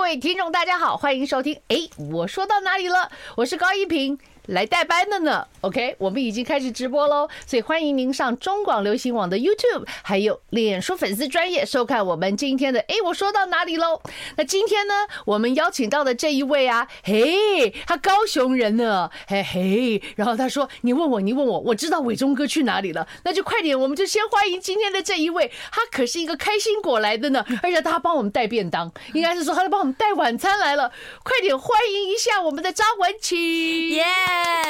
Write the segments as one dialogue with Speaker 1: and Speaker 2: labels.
Speaker 1: 位听众，大家好，欢迎收听。哎，我说到哪里了？我是高一平。来代班的呢，OK，我们已经开始直播喽，所以欢迎您上中广流行网的 YouTube，还有脸书粉丝专业收看我们今天的。哎，我说到哪里喽？那今天呢，我们邀请到的这一位啊，嘿，他高雄人呢，嘿嘿，然后他说，你问我，你问我，我知道伟忠哥去哪里了，那就快点，我们就先欢迎今天的这一位，他可是一个开心果来的呢，而且他帮我们带便当，应该是说他帮我们带晚餐来了，快点欢迎一下我们的张文琪。
Speaker 2: 耶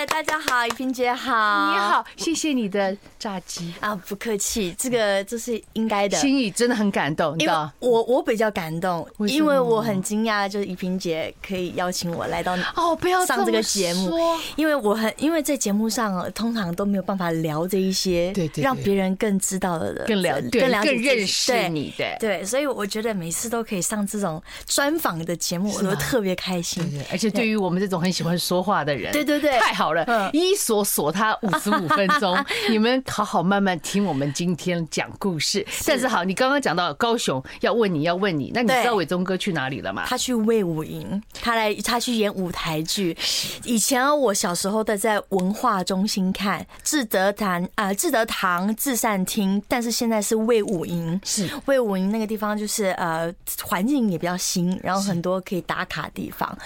Speaker 2: 大家好，怡萍姐好，
Speaker 1: 你好，谢谢你的炸鸡，
Speaker 2: 啊，不客气，这个这是应该 的。
Speaker 1: 心里真的很感动，你知
Speaker 2: 因为
Speaker 1: 道。
Speaker 2: 我我比较感动，
Speaker 1: 为什么
Speaker 2: 因为我很惊讶，就是怡萍姐可以邀请我来到
Speaker 1: 哦，不要
Speaker 2: 上这个节目
Speaker 1: 么说，
Speaker 2: 因为我很因为在节目上呃通常都没有办法聊这一些，
Speaker 1: 对对对
Speaker 2: 让别人更知道的，
Speaker 1: 更了对
Speaker 2: 更了解
Speaker 1: 更
Speaker 2: 自己
Speaker 1: 认识
Speaker 2: 对
Speaker 1: 你对
Speaker 2: 对，所以我觉得每次都可以上这种专访的节目，我都特别开心。
Speaker 1: 对，而且对于我们这种很喜欢说话的人，
Speaker 2: 对对对
Speaker 1: 太好了
Speaker 2: 嗯！
Speaker 1: 伊索锁他五十五分钟， 你们好好慢慢听我们今天讲故事。但是好，你刚刚讲到高雄，要问你要问你，那你
Speaker 2: 对
Speaker 1: 知道伟忠哥去哪里了吗？
Speaker 2: 他去魏武营，他来他去演舞台剧。以前啊我小时候的在文化中心看志德堂啊、志德堂至善厅，但是现在是魏武营。
Speaker 1: 是
Speaker 2: 魏武营那个地方就是呃环境也比较新，然后很多可以打卡的地方。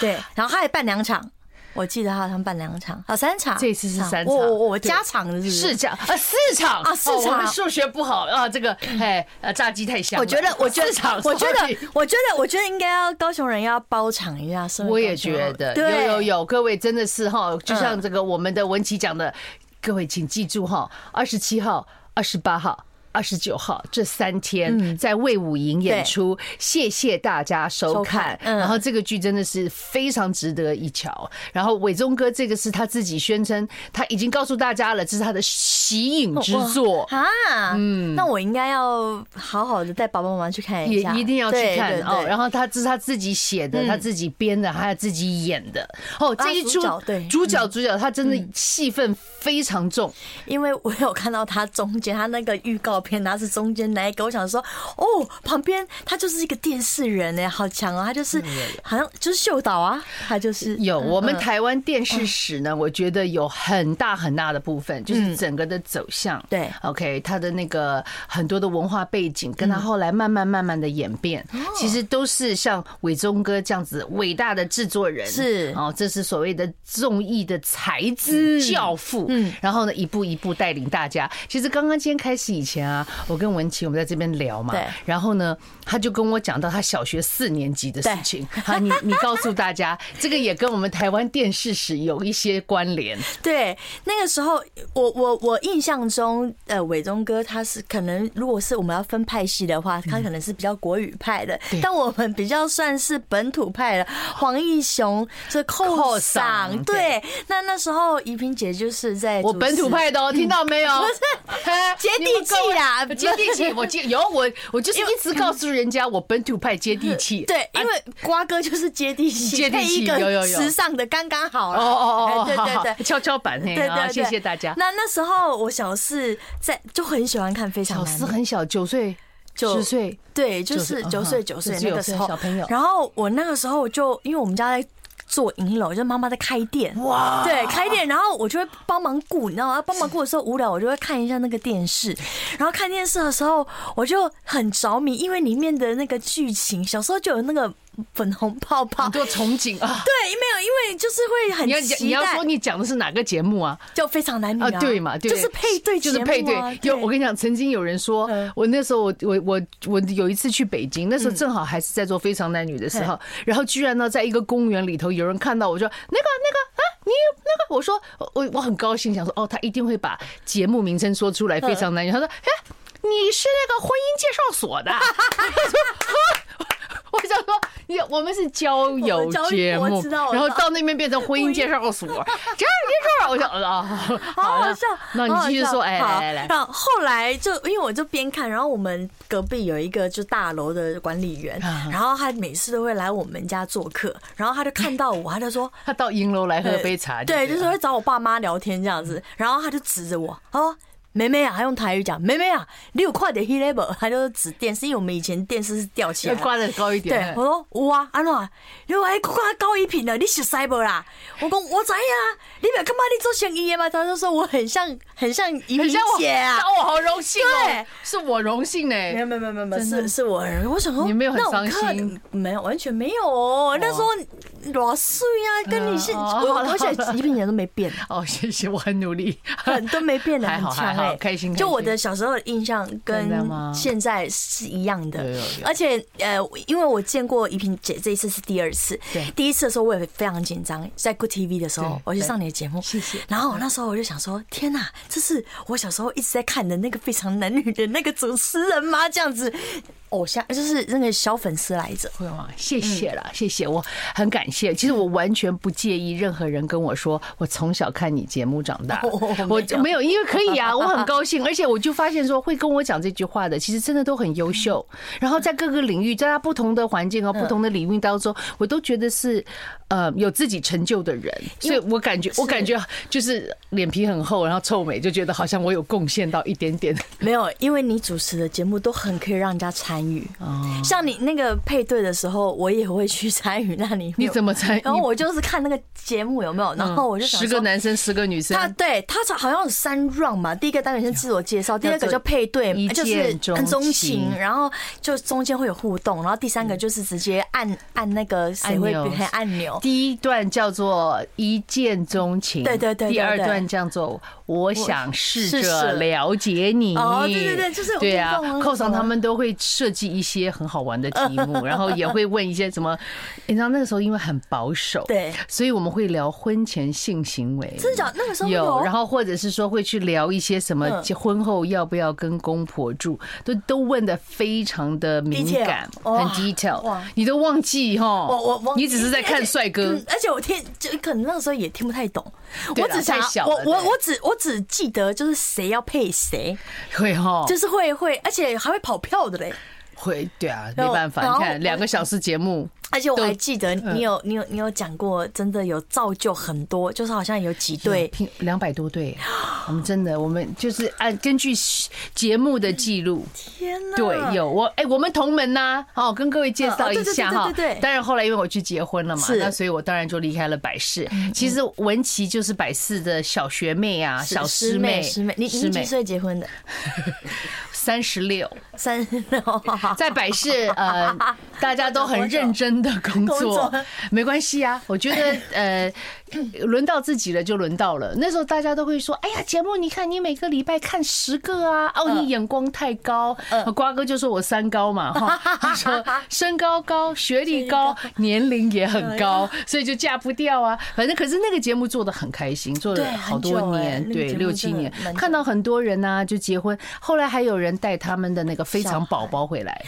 Speaker 2: 对，然后他也办两场。我记得他好像办两场，啊三场，
Speaker 1: 这次是三场
Speaker 2: 我我我
Speaker 1: 对
Speaker 2: 加场的是不
Speaker 1: 市场啊，市场
Speaker 2: 啊市
Speaker 1: 哦我
Speaker 2: 场
Speaker 1: 们数学不好啊，这个哎，呃炸鸡太香了。
Speaker 2: 我觉得，我觉得
Speaker 1: 市场，
Speaker 2: 我 觉得
Speaker 1: sorry，
Speaker 2: 我觉得，我觉得应该要高雄人要包场一下，身为
Speaker 1: 我也
Speaker 2: 高雄
Speaker 1: 觉
Speaker 2: 人
Speaker 1: 得，
Speaker 2: 对，嗯
Speaker 1: 有有有，各位真的是哈，就像这个我们的文琪讲的，各位请记住哈，二十七号、二十八号。二十九号这三
Speaker 2: 嗯
Speaker 1: 天在魏武营演出，谢谢大家收
Speaker 2: 收
Speaker 1: 看
Speaker 2: 看。嗯
Speaker 1: 然后这个剧真的是非常值得一瞧。然后伟忠哥这个是他自己宣称，他已经告诉大家了，这是他的息影之作。
Speaker 2: 啊，嗯，那我应该要好好的带爸爸妈妈去看
Speaker 1: 也
Speaker 2: 一下，
Speaker 1: 一定要去看哦。然
Speaker 2: 后
Speaker 1: 后他这是他自己写的，他自己编的，还有自己演的。哦，这一出
Speaker 2: 嗯啊主角对嗯
Speaker 1: 主角主角他真的戏份非常重，
Speaker 2: 因为我有看到他中间，他那个预告片，他是中间那一个，我想说，哦，旁边他就是一个电视人哎，好强哦，他就是好像就是秀导啊，他就是嗯
Speaker 1: 有我们台湾电视史呢，我觉得有很大很大的部分，就是整个的走向。
Speaker 2: 嗯对
Speaker 1: ，OK，他的那个很多的文化背景，跟他
Speaker 2: 嗯
Speaker 1: 后来慢慢慢慢的演变，
Speaker 2: 哦
Speaker 1: 其实都是像伟忠哥这样子伟大的制作人，
Speaker 2: 是
Speaker 1: 哦，这是所谓的综艺的才子教父。嗯，然后呢，一步一步带领大家。其实刚刚今天开始以前啊，我跟文琪我们在这边聊嘛
Speaker 2: 对，
Speaker 1: 然后呢，他就跟我讲到他小学四年级的事
Speaker 2: 对
Speaker 1: 情。好，你你告诉大 家，这个也跟我们台湾电视史有一些关联。
Speaker 2: 哎对，那个时候我我我印象中，呃，伟忠哥他是可能，如果是我们要分派系的话，
Speaker 1: 嗯
Speaker 2: 他可能是比较国语派的， 但我们比较算是本土派的。黄义雄这
Speaker 1: 寇
Speaker 2: 寇
Speaker 1: 赏
Speaker 2: 赏，对，那那时候怡萍姐就是在
Speaker 1: 我
Speaker 2: 主
Speaker 1: 本土
Speaker 2: 持嗯
Speaker 1: 派的哦，听到没有？
Speaker 2: 不
Speaker 1: 是
Speaker 2: 接地气啦
Speaker 1: 接地气。我接有我，我就是一直告诉人家我本土派接地气。
Speaker 2: 对，因为瓜哥就是接地气，
Speaker 1: 啊接地
Speaker 2: 配
Speaker 1: 气
Speaker 2: 一个
Speaker 1: 有有有
Speaker 2: 时尚的刚刚好
Speaker 1: 哦
Speaker 2: 了。
Speaker 1: 哦哦哦，
Speaker 2: 哎对对
Speaker 1: 好
Speaker 2: 对
Speaker 1: 好。跷跷板嘿，
Speaker 2: 对对
Speaker 1: 好
Speaker 2: 对，
Speaker 1: 哦谢谢大家。
Speaker 2: 那那时候我小四在就很喜欢看《非常
Speaker 1: 小
Speaker 2: 男女
Speaker 1: 四》，很小，九岁、
Speaker 2: 就
Speaker 1: 十岁，
Speaker 2: 对，就
Speaker 1: 九岁
Speaker 2: 是
Speaker 1: 嗯
Speaker 2: 九
Speaker 1: 哼
Speaker 2: 岁九岁
Speaker 1: 就是
Speaker 2: 那
Speaker 1: 有
Speaker 2: 个
Speaker 1: 些
Speaker 2: 时候
Speaker 1: 小朋友
Speaker 2: 然后我那个时候就因为我们家在做银楼，就是妈妈在开店，
Speaker 1: 哇，
Speaker 2: 对，开店，然后我就会帮忙顾，你知道吗？帮忙顾的时候无聊，我就会看一下那个电视，然后看电视的时候我就很着迷，因为里面的那个剧情，小时候就有那个粉红泡泡
Speaker 1: 很。多憧憬啊。
Speaker 2: 对，没有，因为就是会
Speaker 1: 你要
Speaker 2: 很
Speaker 1: 讲
Speaker 2: 期
Speaker 1: 你要
Speaker 2: 待
Speaker 1: 说，你讲的是哪个节目啊？
Speaker 2: 就非常男女
Speaker 1: 啊，对嘛，对，
Speaker 2: 就是配对节
Speaker 1: 就
Speaker 2: 目
Speaker 1: 是
Speaker 2: 啊，
Speaker 1: 配对。有
Speaker 2: 对
Speaker 1: 我跟你讲，曾经有人说
Speaker 2: 嗯，
Speaker 1: 我那时候我我我我有一次去北京，那时候正好还是在做《非常男女》的时
Speaker 2: 嗯
Speaker 1: 候，然后居然呢，在一个公园里头，有人看到我说那个那个啊，你那个，我说我我很高兴，想说哦，他一定会把节目名称说出
Speaker 2: 嗯
Speaker 1: 来，《非常男女》。他说哎，你是那个婚姻介绍所的啊。 我想说，你我们是交友
Speaker 2: 哦交
Speaker 1: 节
Speaker 2: 我
Speaker 1: 目，
Speaker 2: 知道我知道
Speaker 1: 然后到那边变成婚姻介绍 所，这样介绍，我想啊，
Speaker 2: 好好
Speaker 1: 了
Speaker 2: 笑。
Speaker 1: 那你
Speaker 2: 好好
Speaker 1: 继续
Speaker 2: 笑
Speaker 1: 说，哎，来
Speaker 2: 好
Speaker 1: 来来，
Speaker 2: 然后后来就因为我就边看，然后我们隔壁有一个就大楼的管理员，
Speaker 1: 嗯
Speaker 2: 然后他每次都会来我们家做客，然后他就看到我，他 就说。
Speaker 1: 他到银楼来喝
Speaker 2: 呃
Speaker 1: 杯茶，
Speaker 2: 对，就是会找我爸妈聊天这样子，然后他就指着我，他说：“妹妹啊，还用台语讲妹妹啊，你有快点 h e level，他就是指电视，因为我们以前电视是吊起
Speaker 1: 要
Speaker 2: 来，
Speaker 1: 挂的高一点
Speaker 2: 对，。我说有啊，安怎啊？你话看高一品的，你熟悉无啦？我讲我知啊，你袂感觉你做生意的吗？他就说我很像很像怡萍
Speaker 1: 很像我，
Speaker 2: 姐啊。
Speaker 1: 那我好荣幸哦
Speaker 2: 对，
Speaker 1: 是我荣幸呢。
Speaker 2: 没有没有没有没有没有，
Speaker 1: 真的
Speaker 2: 是是我很，我想说
Speaker 1: 你没有很
Speaker 2: 那我
Speaker 1: 伤
Speaker 2: 看
Speaker 1: 心，
Speaker 2: 没有完全没有哦。那时候多岁啊，跟你现
Speaker 1: 嗯哦
Speaker 2: 我
Speaker 1: 好了
Speaker 2: 而且怡萍姐都没变，
Speaker 1: 哦，谢谢，我很努力。
Speaker 2: 很都没变的，
Speaker 1: 还
Speaker 2: 很
Speaker 1: 好还
Speaker 2: 强
Speaker 1: 好
Speaker 2: 哎，
Speaker 1: 开心
Speaker 2: 就
Speaker 1: 开
Speaker 2: 我
Speaker 1: 心
Speaker 2: 的小时候的印象跟
Speaker 1: 真的吗
Speaker 2: 现在是一样的
Speaker 1: 有有有，
Speaker 2: 而且呃，因为我见过怡萍姐这一次是第二次
Speaker 1: 对，
Speaker 2: 第一次的时候我也非常紧张，在 Good TV 的时
Speaker 1: 对
Speaker 2: 候，我去上你的节目，
Speaker 1: 谢谢
Speaker 2: 然后那时候我就想说，天哪，这是我小时候一直在看的那个非常男女的那个主持人吗？这样子，偶像就是那个小粉丝来着。
Speaker 1: 会吗？啊谢谢
Speaker 2: 嗯
Speaker 1: 啦，谢谢，我很感谢。其实我完全不介意任何人跟我说，我从小看你节目长大
Speaker 2: 哦没，有
Speaker 1: 我就没有，因为可以 啊，我很高兴。而且我就发现说，会跟我讲这句话的，其实真的都很优秀。
Speaker 2: 嗯
Speaker 1: 然后在各个领域，在他不同的环境和不同的领域当中，我都觉得是呃有自己成就的人，所以我感觉我感觉就是脸皮很厚，然后臭美，就觉得好像我有贡献到一点点。
Speaker 2: 没有，因为你主持的节目都很可以让人家参与。
Speaker 1: 哦
Speaker 2: 像你那个配对的时候，我也会去参与。那你
Speaker 1: 你怎么参与嗯
Speaker 2: 然后我就是看那个节目有没有，然后我就想
Speaker 1: 十个
Speaker 2: 说
Speaker 1: 男生，十个女生，
Speaker 2: 他对他好像有三 round 嘛，第一个单元是自我介绍，第二个
Speaker 1: 做
Speaker 2: 叫配对呃
Speaker 1: 一，
Speaker 2: 就
Speaker 1: 见
Speaker 2: 是
Speaker 1: 钟
Speaker 2: 很钟
Speaker 1: 情
Speaker 2: 情，然后就中间会有互动，然后第三个就是直接按按那个谁会
Speaker 1: 嗯按钮
Speaker 2: 比按钮。
Speaker 1: 第一段叫做一见钟情，
Speaker 2: 对对对对对
Speaker 1: 第二段叫做我想试
Speaker 2: 试
Speaker 1: 着
Speaker 2: 试
Speaker 1: 了解你。
Speaker 2: 哦对对对就是有
Speaker 1: 对啊
Speaker 2: 互动啊
Speaker 1: 扣上他们都会设计一些很好玩的题目，然后也会问一些什么，你知道那个时候因为很保守，
Speaker 2: 对
Speaker 1: 所以我们会聊婚前性行为。
Speaker 2: 真的假的？那个时候
Speaker 1: 有，然
Speaker 2: 后
Speaker 1: 后或者是说会去聊一些什么
Speaker 2: 嗯
Speaker 1: 结婚后要不要跟公婆住，都都问的非常的敏
Speaker 2: Detail，
Speaker 1: 感，
Speaker 2: 哇
Speaker 1: 很 detail，
Speaker 2: 哇
Speaker 1: 你都忘记哈，
Speaker 2: 我我忘
Speaker 1: 你只是在看帅哥
Speaker 2: 嗯，而且我听就可能那个时候也听不太懂，
Speaker 1: 对
Speaker 2: 我
Speaker 1: 啦
Speaker 2: 只想
Speaker 1: 太小
Speaker 2: 我
Speaker 1: 了
Speaker 2: 我
Speaker 1: 对
Speaker 2: 我只我只记得就是谁要配谁，
Speaker 1: 会哈，
Speaker 2: 就是会会，而且还会跑票的嘞。
Speaker 1: 会，对啊，没
Speaker 2: 然后
Speaker 1: 办法，
Speaker 2: 然
Speaker 1: 你
Speaker 2: 后我
Speaker 1: 看两个小时节目，
Speaker 2: 而且我
Speaker 1: 对
Speaker 2: 还记得
Speaker 1: 嗯
Speaker 2: 你有你有你有讲过，真的有造就很多，就是好像有几 对
Speaker 1: 拼两百多对，我们真的，我们就是按根据节目的记录，
Speaker 2: 天呐，
Speaker 1: 对，有我哎、我们同门呐、哦，跟各位介绍一下哈
Speaker 2: 嗯哦对对对对对。对
Speaker 1: 当然后来因为我去结婚了嘛，
Speaker 2: 是嗯
Speaker 1: 那所以我当然就离开了百事。其实文琪就是百事的小学妹啊，小师妹，
Speaker 2: 师妹，你
Speaker 1: 师
Speaker 2: 你几
Speaker 1: 妹
Speaker 2: 岁结婚的？
Speaker 1: 三十六，
Speaker 2: 三
Speaker 1: 在百事呃，大家都很认真的工
Speaker 2: 工
Speaker 1: 作
Speaker 2: 作，
Speaker 1: 没关系啊。我觉得呃，轮到自己了就轮到了。那时候大家都会说，哎呀，节目你看你每个礼拜看十个啊，哦，你眼光太高。瓜哥就说我三高嘛， 哈，他说身高高，学历高，哎年龄也很高，所以就嫁不掉啊。反正可是那个节目做的很开心，做了
Speaker 2: 对
Speaker 1: 好
Speaker 2: 很久
Speaker 1: 多
Speaker 2: 欸
Speaker 1: 年，
Speaker 2: 那个
Speaker 1: 对，
Speaker 2: 节目
Speaker 1: 六七
Speaker 2: 真的
Speaker 1: 年，
Speaker 2: 蛮久
Speaker 1: 看到很多人呐、就结婚，后来还有人带他们的那个非
Speaker 2: 小
Speaker 1: 常
Speaker 2: 孩
Speaker 1: 宝宝回 来。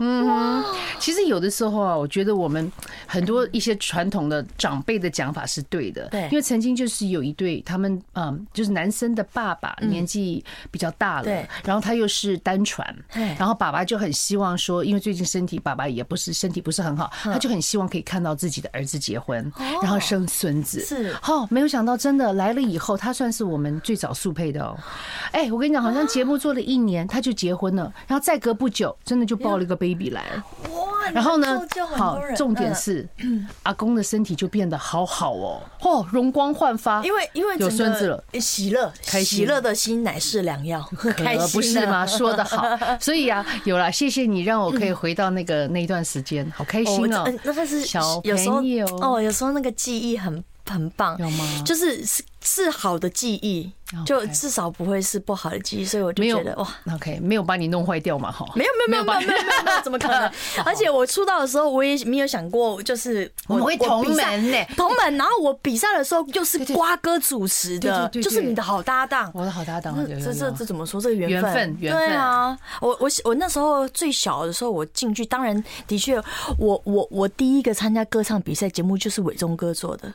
Speaker 1: 嗯其实有的时候啊，我觉得我们很多一些传统的长辈的讲法是对的，
Speaker 2: 对
Speaker 1: 因为曾经就是有一对他们，嗯，就是男生的爸爸年纪比较大了
Speaker 2: 嗯对，
Speaker 1: 然后他又是单传，
Speaker 2: 嘿
Speaker 1: 然后爸爸就很希望说，因为最近身体爸爸也不是身体不是很好，
Speaker 2: 嗯
Speaker 1: 他就很希望可以看到自己的儿子结婚，
Speaker 2: 哦
Speaker 1: 然后生孙子，
Speaker 2: 是
Speaker 1: 哦，没有想到真的来了以后，他算是我们最早速配的哦，哎，我跟你讲，好像节目做了一年他就结婚了，然后再隔不久真的就抱了一个 baby 来。
Speaker 2: 哇，
Speaker 1: 然后呢
Speaker 2: 你嗯造就，很
Speaker 1: 好
Speaker 2: 多人，
Speaker 1: 重点
Speaker 2: 嗯
Speaker 1: 是，阿公的身体就变得好好哦，哦，容光焕发，
Speaker 2: 因为因为
Speaker 1: 有
Speaker 2: 整
Speaker 1: 孙
Speaker 2: 个
Speaker 1: 子了。
Speaker 2: 喜乐
Speaker 1: 开心
Speaker 2: 喜乐的心乃是良药， 开
Speaker 1: 可
Speaker 2: 心
Speaker 1: 呃不是
Speaker 2: 啊
Speaker 1: 吗？说得好， 所以啊，有了，谢谢你让我可以回到那个那一段时间，好开心
Speaker 2: 哦
Speaker 1: 哦
Speaker 2: 我嗯，那个是
Speaker 1: 小
Speaker 2: 有时候
Speaker 1: 朋友
Speaker 2: 哦，有时候那个记忆很很棒，
Speaker 1: 有吗
Speaker 2: 就是是是好的记忆
Speaker 1: 哦 OK，
Speaker 2: 就至少不会是不好的记忆，所以我就
Speaker 1: 没有
Speaker 2: 觉得哇。
Speaker 1: ，OK，没有把你弄坏掉嘛？哈，
Speaker 2: 没有没有没
Speaker 1: 把
Speaker 2: 有
Speaker 1: 你
Speaker 2: 没有没有没有没有，怎么 可能？而且我出道的时候，我也没有想过，就是
Speaker 1: 我们会同
Speaker 2: 比赛
Speaker 1: 门呢
Speaker 2: 同门。然后我比赛的时候，又是瓜哥主持的，
Speaker 1: 对对对对
Speaker 2: 就是你的好搭档。
Speaker 1: 我的好搭档啊，有
Speaker 2: 这
Speaker 1: 有
Speaker 2: 这这
Speaker 1: 有
Speaker 2: 怎么说？这个缘
Speaker 1: 缘分缘分
Speaker 2: 对啊，我我我那时候最小的时候，我进去，当然的确，我我我第一个参加歌唱比赛节目就是伟忠哥做的，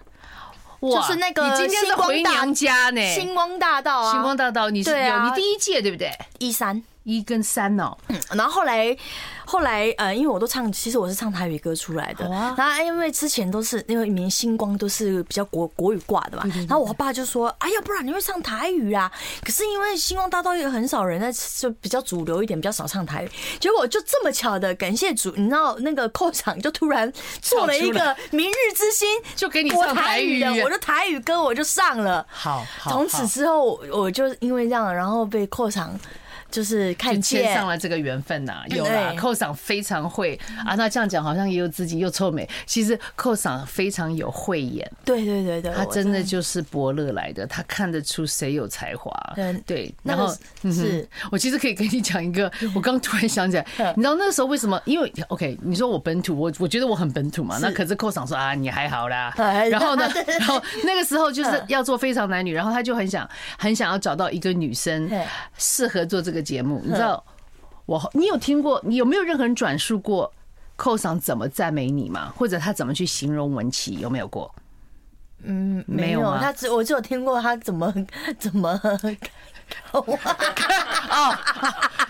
Speaker 1: 哇
Speaker 2: 就是那个
Speaker 1: 你今天是回
Speaker 2: 星光大
Speaker 1: 娘家呢，
Speaker 2: 星光大道啊，
Speaker 1: 星光大道，你是
Speaker 2: 对
Speaker 1: 有
Speaker 2: 啊
Speaker 1: 你第一届对不对？
Speaker 2: 一三
Speaker 1: 一跟三哦，
Speaker 2: 然后后来，后来呃，因为我都唱，其实我是唱台语歌出来的。
Speaker 1: 好啊
Speaker 2: 然后因为之前都是因为明星光都是比较国国语挂的嘛，然后我爸就说：“哎呀，不然你会唱台语啊？”可是因为星光大道也很少人在，就比较主流一点，比较少唱台语。结果就这么巧的，感谢主，你知道那个寇场就突然做了一
Speaker 1: 唱出
Speaker 2: 个明日之星，
Speaker 1: 就给你
Speaker 2: 国
Speaker 1: 唱台语
Speaker 2: 的，我就台语歌我就上了。
Speaker 1: 好，好
Speaker 2: 从此
Speaker 1: 好
Speaker 2: 之后，我我就因为这样，然后被寇场就是看
Speaker 1: 就
Speaker 2: 见
Speaker 1: 牵上了这个缘分呐、有
Speaker 2: 对
Speaker 1: 啦，寇赏非常会啊。那这样讲好像也有自己又臭美，其实寇赏非常有慧眼，
Speaker 2: 对对对对，
Speaker 1: 他
Speaker 2: 我
Speaker 1: 真的就是伯乐来的，他看得出谁有才华
Speaker 2: 对。
Speaker 1: 对，
Speaker 2: 那
Speaker 1: 然
Speaker 2: 个
Speaker 1: 后嗯
Speaker 2: 是是
Speaker 1: 我其实可以跟你讲一个，我刚突然想起来
Speaker 2: 嗯，
Speaker 1: 你知道那时候为什么？因为 OK，你说我本土，我我觉得我很本土嘛。那可是寇赏说啊，你还好啦。
Speaker 2: 哎
Speaker 1: 然后呢
Speaker 2: 对，嗯
Speaker 1: 然后那个时候就是要做非常男女，然后他就很想很想要找到一个女生
Speaker 2: 对
Speaker 1: 适合做这个节目，你
Speaker 2: 嗯
Speaker 1: 知道。我，你有听过？你有没有任何人转述过寇赏怎么赞美你吗？或者他怎么去形容文琪？有没有过？
Speaker 2: 嗯没
Speaker 1: 没有
Speaker 2: 有，
Speaker 1: 吗
Speaker 2: 他只我只有听过他怎么 怎么。
Speaker 1: 哦，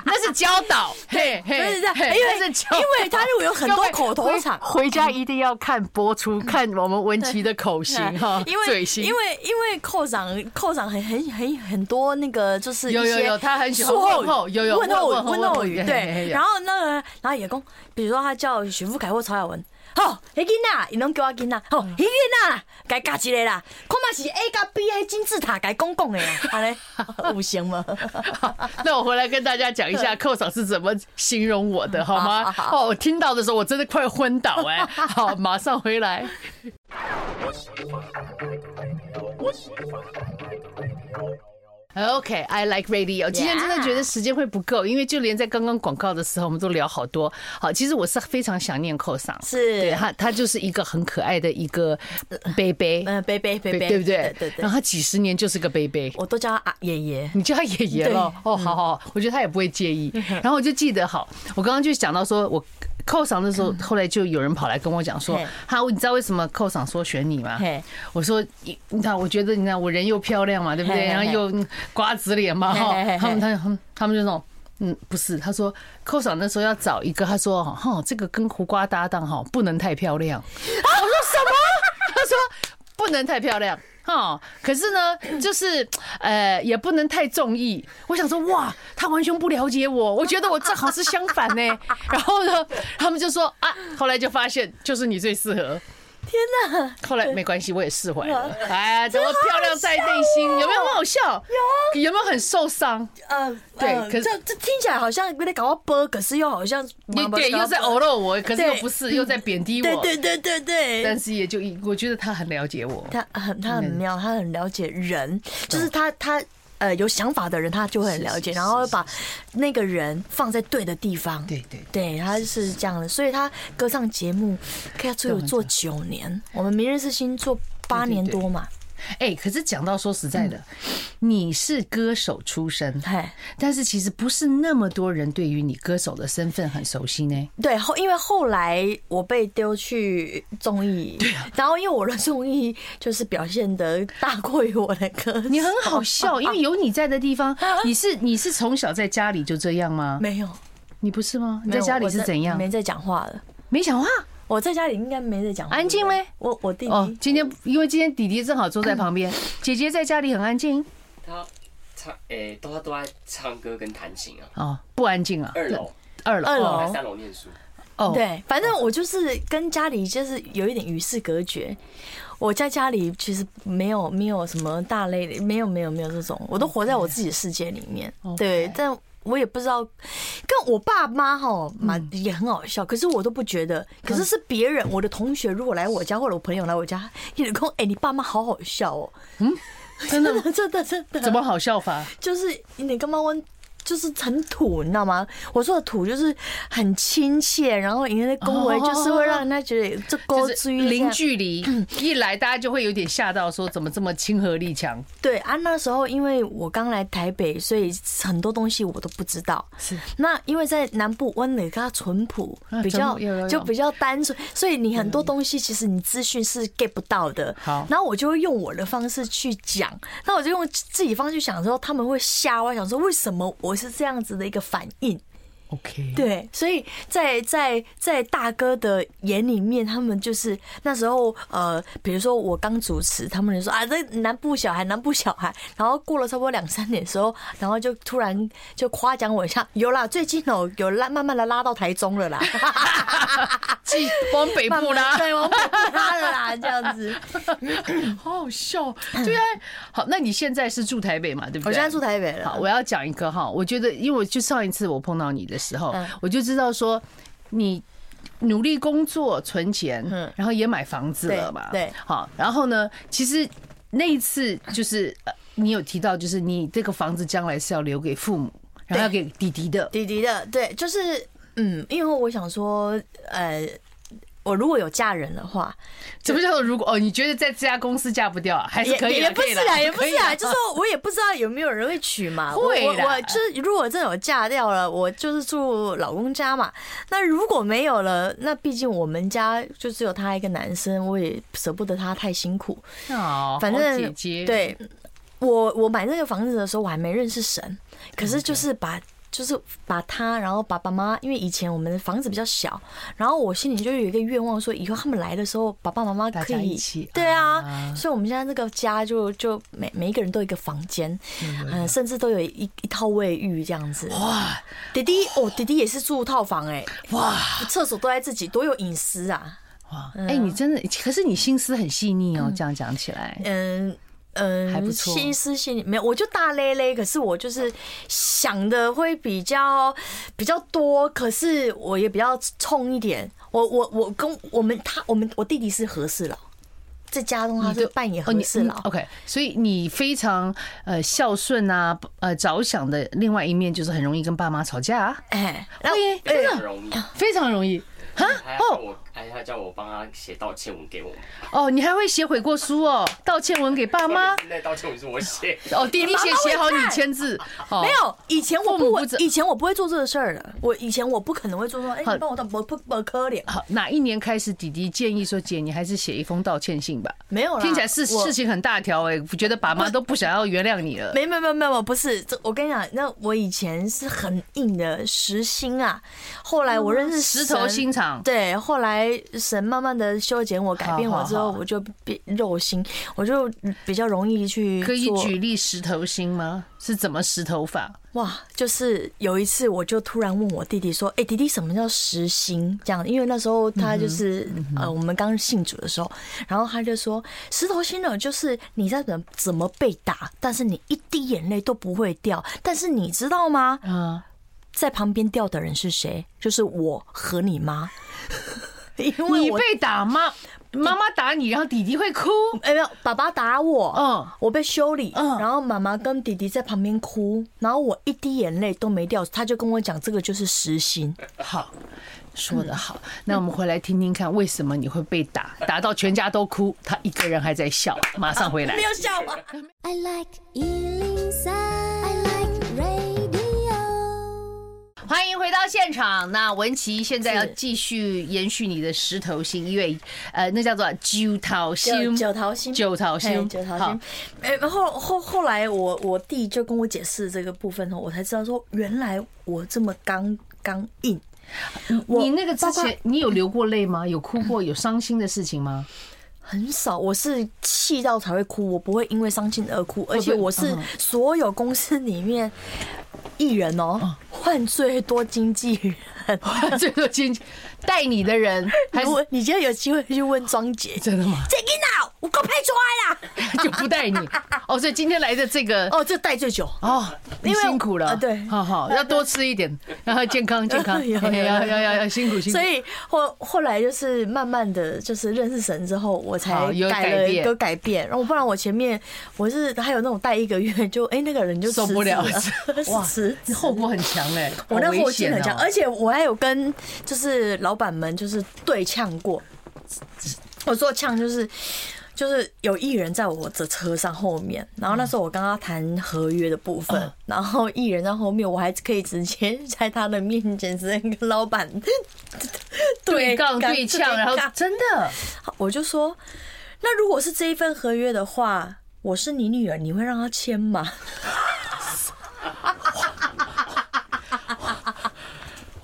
Speaker 1: 那是教导，嘿嘿，
Speaker 2: 不是这样，因
Speaker 1: 嘿
Speaker 2: 为
Speaker 1: 那是教导
Speaker 2: 因为他如果 有很多口头禅嗯
Speaker 1: 各位回回家一定要看播出，看我们文琪的口型 哈，
Speaker 2: 因为
Speaker 1: 嘴型，
Speaker 2: 因为因为寇长寇长很很很很多那个就是
Speaker 1: 有
Speaker 2: 一
Speaker 1: 有
Speaker 2: 些
Speaker 1: 有他很喜欢
Speaker 2: 术
Speaker 1: 问候有有
Speaker 2: 问候
Speaker 1: 问
Speaker 2: 语
Speaker 1: 候
Speaker 2: 问
Speaker 1: 问
Speaker 2: 候
Speaker 1: 候
Speaker 2: 语
Speaker 1: 语嘿嘿嘿
Speaker 2: 对，
Speaker 1: 有
Speaker 2: 然后那个然后也公，比如说他叫许富凯或曹雅文。哦，迄囡仔，伊拢叫我囡仔，哦，
Speaker 1: 嗯
Speaker 2: 迄囡仔，该教一个啦，看嘛是 A 加 B 迄金字塔，该讲讲的啦，安 尼有行吗？
Speaker 1: 那我回来跟大家讲一下寇嫂是怎么形容我的，好
Speaker 2: 嗯好
Speaker 1: 吗
Speaker 2: 好？好
Speaker 1: 哦，我听到的时候我真的快昏倒哎、 好，马上回来。OK，I、like radio。今天真的觉得时间会不够，因为就连在刚刚广告的时候，我们都聊好多。好，其实我是非常想念寇桑，
Speaker 2: 是
Speaker 1: 对他，他就是一个很可爱的一个 baby，
Speaker 2: 嗯，贝贝贝贝，
Speaker 1: 对不对
Speaker 2: 对？对对
Speaker 1: 然后他几十年就是个 baby。
Speaker 2: 我都叫他啊爷爷。嗯
Speaker 1: 你叫他爷爷了哦，好好，好，我觉得他也不会介意。然后我就记得，好，我刚刚就讲到说，我扣赏的时候，后来就有人跑来跟我讲说
Speaker 2: 嗯嘿，
Speaker 1: 他你知道为什么扣赏说选你吗
Speaker 2: 嘿？
Speaker 1: 我说，你你看，我觉得你看我人又漂亮嘛，对不
Speaker 2: 嘿
Speaker 1: 对？
Speaker 2: 嘿嘿
Speaker 1: 然后又嗯瓜子脸嘛，哈
Speaker 2: 嘿嘿嘿，
Speaker 1: 他们他们他们就那种。嗯，不是，他说寇赏那时候要找一个，他说哈，这个跟胡瓜搭档哈，不能太漂
Speaker 2: 啊
Speaker 1: 亮。我说什么？他说不能太漂亮。哦，可是呢，就是呃，也不能太中意。我想说，哇，他完全不了解我，我觉得我正好是相反呢。 然后呢，他们就说啊，后来就发现就是你最适合。
Speaker 2: 天哪！
Speaker 1: 后来没关系，我也释怀 了。哎，怎么漂亮在内心？有没有很好笑？有，有没有很受伤？
Speaker 2: 呃，
Speaker 1: 对
Speaker 2: 呃
Speaker 1: 可是
Speaker 2: 这这听起来好像有点搞到波，可是又好像
Speaker 1: 你对，又在
Speaker 2: 偶
Speaker 1: 偶漏我，可是又
Speaker 2: 对
Speaker 1: 不是，又在贬低
Speaker 2: 对
Speaker 1: 我。
Speaker 2: 对对对对。
Speaker 1: 但是嗯也就一，我觉得他很了解我。
Speaker 2: 他很他很妙，他很了解人，就是他他呃有想法的人，他就会很了解，
Speaker 1: 嗯是是
Speaker 2: 然后会把那个人放在对的地方。
Speaker 1: 对对
Speaker 2: 对，他是这样的，所以他歌唱节目可以足有做九年，我们明日之星做八年多嘛，
Speaker 1: 哎、可是讲到说实在的，
Speaker 2: 嗯
Speaker 1: 你是歌手出身，
Speaker 2: 嘿。
Speaker 1: 但是其实不是那么多人对于你歌手的身份很熟悉呢。
Speaker 2: 对，后因为后来我被丢去综艺，对啊，然后因为我的综艺就是表现的大过于我的 歌手，
Speaker 1: 你很好
Speaker 2: 哦
Speaker 1: 笑，因为有你在的地方，你是你是从小在家里就这样吗？
Speaker 2: 啊没有
Speaker 1: 你不是吗？你
Speaker 2: 没
Speaker 1: 在
Speaker 2: 有
Speaker 1: 家里
Speaker 2: 我
Speaker 1: 是怎样？
Speaker 2: 没在讲话了，
Speaker 1: 没讲话
Speaker 2: 我在家里应该没在讲话，
Speaker 1: 安静
Speaker 2: 对
Speaker 1: 呗
Speaker 2: 不对我我弟弟
Speaker 1: 哦。今天因为今天弟弟正好坐在旁 边，姐姐在家里很安静
Speaker 3: 他唱诶、都他都在唱歌跟弹琴啊。
Speaker 1: 哦，不安静啊。
Speaker 3: 二楼，
Speaker 1: 二楼
Speaker 2: 二楼
Speaker 3: 我
Speaker 1: 哦
Speaker 3: 在三楼念书，
Speaker 1: 哦，
Speaker 2: 对，反正我就是跟家里就是有一点与世隔绝。我在家里其实没有没有什么大类的，没有没有没有这种，我都活在我自己的世界里面。
Speaker 1: 哦
Speaker 2: 对，但我也不知道，跟我爸妈哈蛮也很好笑，可是我都不觉得。可是是别人，我的同学如果来我家，或者我朋友来我家，一直跟我哎，你爸妈好好笑哦，
Speaker 1: 嗯真的吗
Speaker 2: 真的真的，
Speaker 1: 怎么好笑法？
Speaker 2: 就是你干嘛问？就是很土，你知道吗？我说的土就是很亲切，然后人家的恭维就是会让人家觉得这
Speaker 1: 就
Speaker 2: 高
Speaker 1: 是
Speaker 2: 追
Speaker 1: 零距离 一来，大家就会有点吓到，说怎么这么亲和力强？
Speaker 2: 对啊。那时候因为我刚来台北，所以很多东西我都不知道。
Speaker 1: 是
Speaker 2: 那因为在南部温磊他淳朴
Speaker 1: 啊，
Speaker 2: 比较
Speaker 1: 淳朴有有有
Speaker 2: 就比较单纯，所以你很多东西其实你资讯是 get 不到的。
Speaker 1: 嗯好
Speaker 2: 然后我就会用我的方式去讲，那我就用自己方式去想说他们会吓我，想说为什么我我是这样子的一个反应。
Speaker 1: OK，，
Speaker 2: 对，所以在在在大哥的眼里面，他们就是那时候呃，比如说我刚主持，他们就说啊，这南部小孩，南部小孩。然后过了差不多两三年的时候，然后就突然就夸奖我一下，有啦，最近哦，有拉慢慢的拉到台中了啦，
Speaker 1: 继往北
Speaker 2: 慢
Speaker 1: 部
Speaker 2: 慢
Speaker 1: 啦
Speaker 2: 地，对，往北部拉了啦，这样子。
Speaker 1: 好好笑。对啊，好，那你现在是住台北嘛？对不对？
Speaker 2: 我现在住台北
Speaker 1: 好，
Speaker 2: 了，
Speaker 1: 我要讲一个哈，我觉得，因为我就上一次我碰到你的时候
Speaker 2: 嗯，
Speaker 1: 我就知道说你。努力工作存钱
Speaker 2: 嗯，
Speaker 1: 然后也买房子了嘛。
Speaker 2: 对对
Speaker 1: 好，然后呢，其实那一次就是呃你有提到，就是你这个房子将来是要留给父母，然后要给弟弟的。
Speaker 2: 弟弟的，对，就是嗯，因为我想说，呃，我如果有嫁人的话，
Speaker 1: 怎么叫做如果哦？你觉得在这家公司嫁不掉啊，还是
Speaker 2: 也
Speaker 1: 可以啦
Speaker 2: 也不
Speaker 1: 可以
Speaker 2: 是
Speaker 1: 啦
Speaker 2: 啦，也不
Speaker 1: 可以
Speaker 2: 是
Speaker 1: 啦
Speaker 2: 啦，就是说我也不知道有没有人会娶嘛。我
Speaker 1: 会
Speaker 2: 我
Speaker 1: 啦
Speaker 2: 我就是如果真的有嫁掉了，我就是住老公家嘛。那如果没有了，那毕竟我们家就只有他一个男生，我也舍不得他太辛苦。
Speaker 1: 哦，
Speaker 2: 反正
Speaker 1: 好姐姐，
Speaker 2: 对我我买那个房子的时候，我还没认识神，可
Speaker 1: 嗯
Speaker 2: 是就是把。就是把他，然后爸爸妈妈，因为以前我们的房子比较小，然后我心里就有一个愿望，说以后他们来的时候，爸爸妈妈
Speaker 1: 大
Speaker 2: 可
Speaker 1: 家
Speaker 2: 以
Speaker 1: 一起
Speaker 2: 对啊
Speaker 1: 啊，
Speaker 2: 所以我们现在这个家就就每每一个人都有一个房间，
Speaker 1: 有
Speaker 2: 嗯，甚至都有一一套卫浴这样子。哇，弟弟哦，弟弟也是住套房哎，
Speaker 1: 哇
Speaker 2: 厕所都在自己，多有隐私啊。
Speaker 1: 哇，哎，你真的，可是你心思很细腻哦，这样讲起来。
Speaker 2: 嗯嗯，
Speaker 1: 还不错
Speaker 2: 心思心里没有，我就大咧咧，可是我就是想的会比较比较多，可是我也比较冲一点。我我我跟我们他我们我弟弟是和事佬，在家中他
Speaker 1: 你
Speaker 2: 是
Speaker 1: 的
Speaker 2: 扮演
Speaker 1: 哦
Speaker 2: 和
Speaker 1: 你
Speaker 2: 事
Speaker 1: 嗯
Speaker 2: 佬。
Speaker 1: OK，所以你非常呃孝顺啊，呃着想的另外一面就是很容易跟爸妈吵架、啊，
Speaker 2: 哎，然后
Speaker 1: 会
Speaker 2: 哎
Speaker 1: 真
Speaker 3: 很
Speaker 1: 的
Speaker 3: 容易。
Speaker 1: 非常容易。哈
Speaker 3: 还要
Speaker 1: 哦
Speaker 3: 我，还要叫我帮他写道歉文给我，
Speaker 1: 哦，你还会写悔过书哦，道歉文给爸妈
Speaker 3: 重点。 是那道歉文是我写，
Speaker 1: 哦，弟弟
Speaker 2: 妈妈
Speaker 1: 写
Speaker 2: 会
Speaker 1: 写好你
Speaker 2: 看
Speaker 1: 签字。哦，
Speaker 2: 没有，以前
Speaker 1: 父
Speaker 2: 我
Speaker 1: 母
Speaker 2: 不
Speaker 1: 不知
Speaker 2: 会，以前我不会做这个事儿的。我以前我不可能会做说，哎、
Speaker 1: 好
Speaker 2: 你帮我到不不不可怜，
Speaker 1: 好，哪一年开始弟弟建议说姐，你还是写一封道歉信吧？
Speaker 2: 没有啦。
Speaker 1: 听起来是
Speaker 2: 我
Speaker 1: 事情很大条哎、觉得爸妈都不想要原谅你了。
Speaker 2: 没没没没有，不是这。我跟你讲，那我以前是很硬的实心啊，后来我认识
Speaker 1: 哦石头
Speaker 2: 神
Speaker 1: 心肠
Speaker 2: 对，后来神慢慢的修剪我、改变
Speaker 1: 好
Speaker 2: 我
Speaker 1: 好
Speaker 2: 之后，
Speaker 1: 好
Speaker 2: 我就变肉心，我就比较容易去
Speaker 1: 可以
Speaker 2: 做
Speaker 1: 举例石头心吗？是怎么石头法？
Speaker 2: 哇，就是有一次，我就突然问我弟弟说：“哎、弟弟，什么叫实心？”这样，因为那时候他就是、呃，我们刚信主的时候，然后他就说：“石头心呢，就是你在怎怎么被打，但是你一滴眼泪都不会掉。但是你知道吗？
Speaker 1: 嗯，
Speaker 2: 在旁边掉的人是谁？就是我和你妈，因
Speaker 1: 你
Speaker 2: 为我
Speaker 1: 被打妈妈妈打你，然后弟弟会哭。
Speaker 2: 哎、没有，爸爸打我，
Speaker 1: 嗯
Speaker 2: 嗯，我被修理，
Speaker 1: 嗯
Speaker 2: 嗯，然后妈妈跟弟弟在旁边哭，然后我一滴眼泪都没掉，他就跟我讲这个就是实心，
Speaker 1: 好，说得好。那我们回来听听看，为什么你会被打，打到全家都哭，他一个人还在笑。马上回来。
Speaker 2: 有笑吗？
Speaker 4: I like Ealing Sound. I like radio.
Speaker 1: 欢迎回到现场。那文琪现在要
Speaker 2: 是
Speaker 1: 继续延续你的石头心，因为呃，那叫做九桃心，
Speaker 2: 九桃心，
Speaker 1: 九桃
Speaker 2: 嘿
Speaker 1: 心，
Speaker 2: 九桃
Speaker 1: 好
Speaker 2: 心。。哎，然后后后来我我弟就跟我解释这个部分后，我才知道说原来我这么刚刚硬。我
Speaker 1: 你那个之
Speaker 2: 包括
Speaker 1: 前，你有流过泪吗？有哭过？有伤心的事情吗？
Speaker 2: 很少，我是气到才会哭，我不会因嗯为伤心而哭，而且我是所有公司里面艺人哦、换最多经纪人。
Speaker 1: 最多经带你的人还是
Speaker 2: 如果你今天有机会去问庄姐，
Speaker 1: 真的吗？
Speaker 2: 这个哪我够配出来啦！
Speaker 1: 就不带你哦。所以今天来的这个
Speaker 2: 哦，这带最久，
Speaker 1: 哦，你
Speaker 2: 因为
Speaker 1: 辛苦了，
Speaker 2: 呃对
Speaker 1: 好 好要多吃一点，然后健康健康，嘿
Speaker 2: 有有
Speaker 1: 嘿
Speaker 2: 有
Speaker 1: 要要要要辛苦辛苦。
Speaker 2: 所以后后来就是慢慢的就是认识神之后，我才
Speaker 1: 好有
Speaker 2: 改
Speaker 1: 改
Speaker 2: 了
Speaker 1: 变
Speaker 2: 有改变，然后不然我前面我是还有那种带一个月就哎、那个人就
Speaker 1: 受不了
Speaker 2: 辞职 了
Speaker 1: 哇
Speaker 2: 辞职
Speaker 1: 你后果很强哎，
Speaker 2: 我那
Speaker 1: 好危
Speaker 2: 后劲
Speaker 1: 险
Speaker 2: 很强，
Speaker 1: 哦
Speaker 2: 而且我还有跟就是老板们就是对呛过。我说呛就是就是有艺人在我的车上后面，然后那时候我跟他谈合约的部分，然后艺人在后面，我还可以直接在他的面前直接跟老板
Speaker 1: 对杠
Speaker 2: 干
Speaker 1: 对呛，然后
Speaker 2: 杠
Speaker 1: 真的
Speaker 2: 我就说，那如果是这一份合约的话，我是你女儿，你会让她签吗？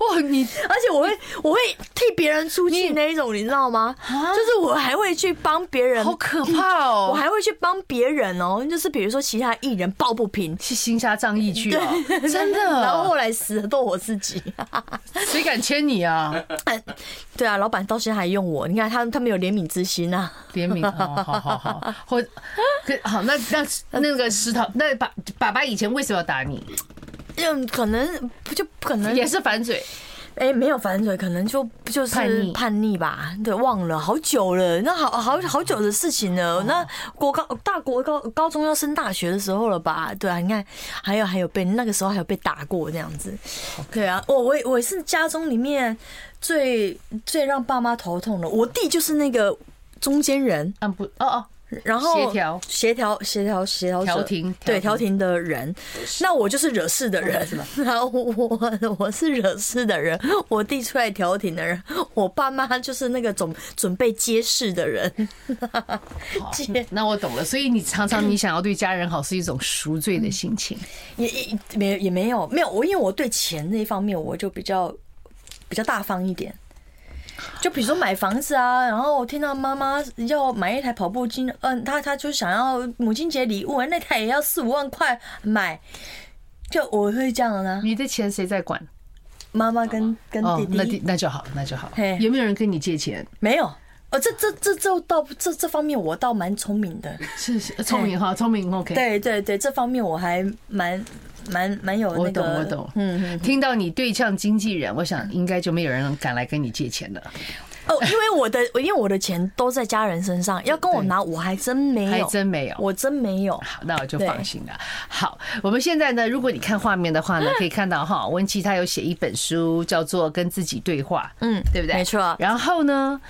Speaker 1: 哇，你
Speaker 2: 而且我会我会替别人出气那一种，你知道吗？就是我还会去帮别人，
Speaker 1: 啊好可怕哦！
Speaker 2: 我还会去帮别人哦，就是比如说其他艺人抱不平，
Speaker 1: 是行侠仗义去哦， 真
Speaker 2: 然后后
Speaker 1: 的，
Speaker 2: 来死的都我自己。
Speaker 1: 谁敢牵你啊？
Speaker 2: 对啊，老板到现在还用我，你看他他们有怜悯之心啊。
Speaker 1: 联名，哦好好 好，或可好那那那个石头，那爸爸爸以前为什么要打你？
Speaker 2: 嗯，可能不就可能
Speaker 1: 也是反嘴，
Speaker 2: 哎、没有反嘴，可能就就是
Speaker 1: 叛
Speaker 2: 叛
Speaker 1: 逆
Speaker 2: 逆吧。对，忘了好久了，那好好好久的事情
Speaker 1: 哦
Speaker 2: 了。那国高大国高高中要升大学的时候了吧？对啊，你看还有还有被那个时候还有被打过这样子。对啊，我我也我也是家中里面最最让爸妈头痛的。我弟就是那个中间人，
Speaker 1: 按不哦哦，
Speaker 2: 然后
Speaker 1: 协调
Speaker 2: 协调协调协调者
Speaker 1: 调停
Speaker 2: 对
Speaker 1: 调
Speaker 2: 调停的人，那我就是惹事的人， 然后我我是惹事的人，我弟出来调停的人，我爸妈就是那个准准备接事的人，接
Speaker 1: 那我懂了。所以你常常你想要对家人好，是一种赎罪的心情。
Speaker 2: 也也没也没有没有我，因为我对钱那一方面我就比较比较大方一点。就比如说买房子啊，然后我听到妈妈要买一台跑步机，嗯，她她就想要母亲节礼物，那台也要四五万块买，就我会这样啊。
Speaker 1: 你的钱谁在管？
Speaker 2: 妈妈跟跟
Speaker 1: 哦，那
Speaker 2: 嗯弟弟
Speaker 1: 那就好，那就好
Speaker 2: 嘿。
Speaker 1: 有没有人跟你借钱？
Speaker 2: 没有，呃，这这这这倒这这方面我倒蛮聪明的，
Speaker 1: 是是呃聪明哈，聪明 OK。
Speaker 2: 对对对，这方面我还蛮蛮蛮有
Speaker 1: 我
Speaker 2: 那个，
Speaker 1: 懂，我懂。
Speaker 2: 嗯。
Speaker 1: 嗯，听到你对呛经纪人，我想应该就没有人敢来跟你借钱了。
Speaker 2: 哦，因为我的， 因为我的钱都在家人身上，要跟我拿，我还真没有，
Speaker 1: 还真没有
Speaker 2: 我真没有。
Speaker 1: 好，那我就
Speaker 2: 对
Speaker 1: 放心了。好，我们现在呢，如果你看画面的话 呢，可以看到哈，温琪她有写一本书，叫做《跟自己对话》，
Speaker 2: 嗯
Speaker 1: 对不对？
Speaker 2: 没错
Speaker 1: 然后呢，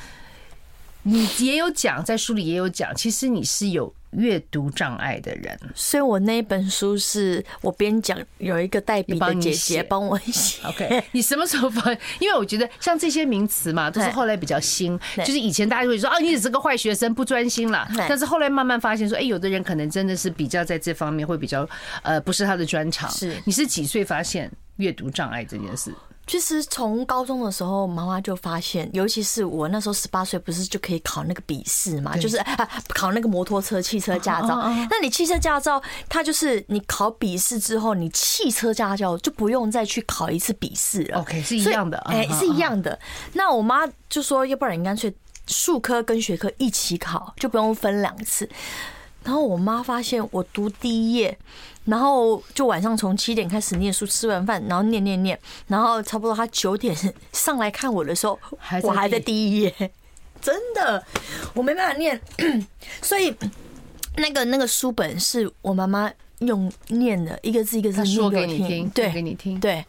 Speaker 1: 你也有讲，在书里也有讲，其实你是有阅读障碍的 人，
Speaker 2: 所以我那一本书是我边讲有一个代笔
Speaker 1: 帮
Speaker 2: 的
Speaker 1: 你
Speaker 2: 姐
Speaker 1: 写
Speaker 2: 姐帮我写，
Speaker 1: OK，你什么时候发？因为我觉得像这些名词嘛，都是
Speaker 2: 对
Speaker 1: 后来比较新，就
Speaker 2: 对
Speaker 1: 是以前大家会说啊，你只是个坏学生，不专心啦。
Speaker 2: 对
Speaker 1: 但是后来慢慢发现说，哎，有的人可能真的是比较在这方面会比较呃，不是他的专长。
Speaker 2: 是嗯
Speaker 1: 你是几岁发现阅读障碍这件事？
Speaker 2: 其实从高中的时候，妈妈就发现，尤其是我那时候十八岁，不是就可以考那个笔试嘛，就是啊考那个摩托车、汽车驾照。
Speaker 1: 嗯
Speaker 2: 那你汽车驾照，它就是你考笔试之后，你汽车驾照就不用再去考一次笔试了。
Speaker 1: OK，是一
Speaker 2: 所以
Speaker 1: 样的
Speaker 2: 哎、
Speaker 1: 嗯
Speaker 2: 是一样的。那我妈就说，要不然你干脆数科跟学科一起考，就不用分两次。然后我妈发现我读第一页，然后就晚上从七点开始念书，吃完饭然后念念念，然后差不多她九点上来看我的时候
Speaker 1: 还，在
Speaker 2: 我还在
Speaker 1: 第
Speaker 2: 第一页，真的，我没办法念， 所以那个那个书本是我妈妈用念的，一个字一个字
Speaker 1: 他
Speaker 2: 念
Speaker 1: 说
Speaker 2: 我
Speaker 1: 给你听，念给
Speaker 2: 对
Speaker 1: 你听。
Speaker 2: 对，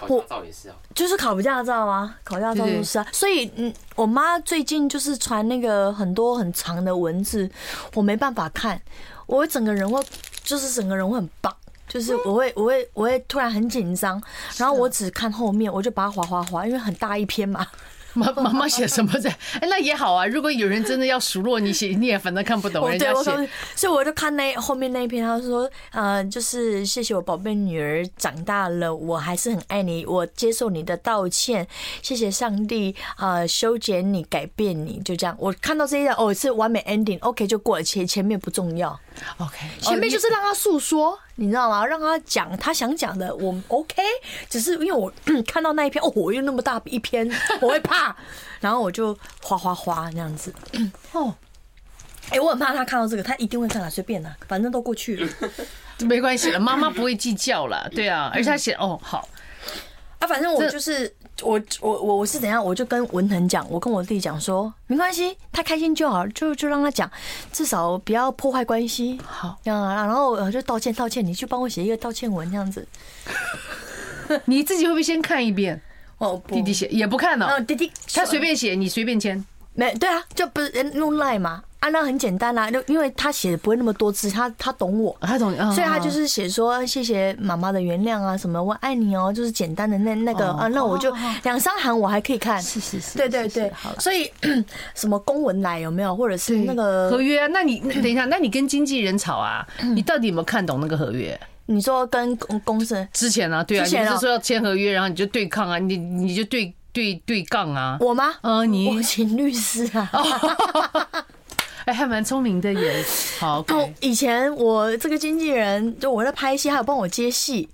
Speaker 3: 考驾照也是哦，
Speaker 2: 就是考驾照啊，考驾照就是啊，所以嗯，我妈最近就是传那个很多很长的文字，我没办法看，我整个人会就是整个人会很棒，就是我会我会我会突然很紧张，然后我只看后面，我就把它划划划，因为很大一篇嘛，
Speaker 1: 妈妈妈写什么在？哎，那也好啊。如果有人真的要数落你写，你也反正看不懂
Speaker 2: 我
Speaker 1: 人
Speaker 2: 对
Speaker 1: 家
Speaker 2: 我
Speaker 1: 写
Speaker 2: 告诉。你所以我就看那后面那一篇，他说，呃，就是谢谢我宝贝女儿长大了，我还是很爱你，我接受你的道歉，谢谢上帝，呃，修剪你，改变你，就这样。我看到这一段，哦，是完美 ending，OK、就过了，前前面不重要，
Speaker 1: OK，
Speaker 2: 前面
Speaker 1: 哦
Speaker 2: 就是让他诉说，你知道吗？让他讲他想讲的，我 OK。只是因为我 看到那一篇，哦，我又那么大一篇， 我会怕，然后我就哗哗哗那样子。
Speaker 1: 哦，
Speaker 2: 哎、我很怕他看到这个，他一定会看啊，随便啦，反正都过去了。
Speaker 1: 没关系了，妈妈不会计较了。对啊，而且他写哦 好，
Speaker 2: 啊，反正我
Speaker 1: 这
Speaker 2: 就是我我我我是怎样，我就跟文腾讲，我跟我弟讲说，没关系，他开心就好，就就让他讲，至少不要破坏关系。
Speaker 1: 好，
Speaker 2: 这样啊，然后我就道歉道歉，你去帮我写一个道歉文这样子。
Speaker 1: 你自己会不会先看一遍？
Speaker 2: 哦，不
Speaker 1: 弟弟，写也不看哦，
Speaker 2: 嗯，弟弟
Speaker 1: 他随便写，你随便签。
Speaker 2: 没对啊，就不是用赖嘛，啊，那很简单啦、就因为他写的不会那么多字，他他哎懂我。
Speaker 1: 他懂，
Speaker 2: 所以他就是是写说谢谢妈妈的原谅啊，什么我爱你哦，就是简单的那那个
Speaker 1: 哦
Speaker 2: 啊，那我就
Speaker 1: 好好好
Speaker 2: 两三行我还可以看，
Speaker 1: 是是是
Speaker 2: 对对
Speaker 1: 是是
Speaker 2: 对
Speaker 1: 好了，
Speaker 2: 所以嗯什么公文来有没有，或者是那个嗯
Speaker 1: 合约啊。那你那等一下，那你跟经纪人吵啊？你到底有没有看懂那个合约？
Speaker 2: 你说跟公公司，
Speaker 1: 之前啊，对啊，
Speaker 2: 之
Speaker 1: 你
Speaker 2: 前
Speaker 1: 不
Speaker 2: 啊
Speaker 1: 是说要签合约，然后你就对抗啊，你你就对对对杠啊，
Speaker 2: 我吗？
Speaker 1: 呃你
Speaker 2: 我请律师啊。
Speaker 1: 哎，还蛮聪明的耶。好
Speaker 2: 哦
Speaker 1: ，OK，，
Speaker 2: 以前我这个经纪人，就我在拍戏，还有帮我接戏，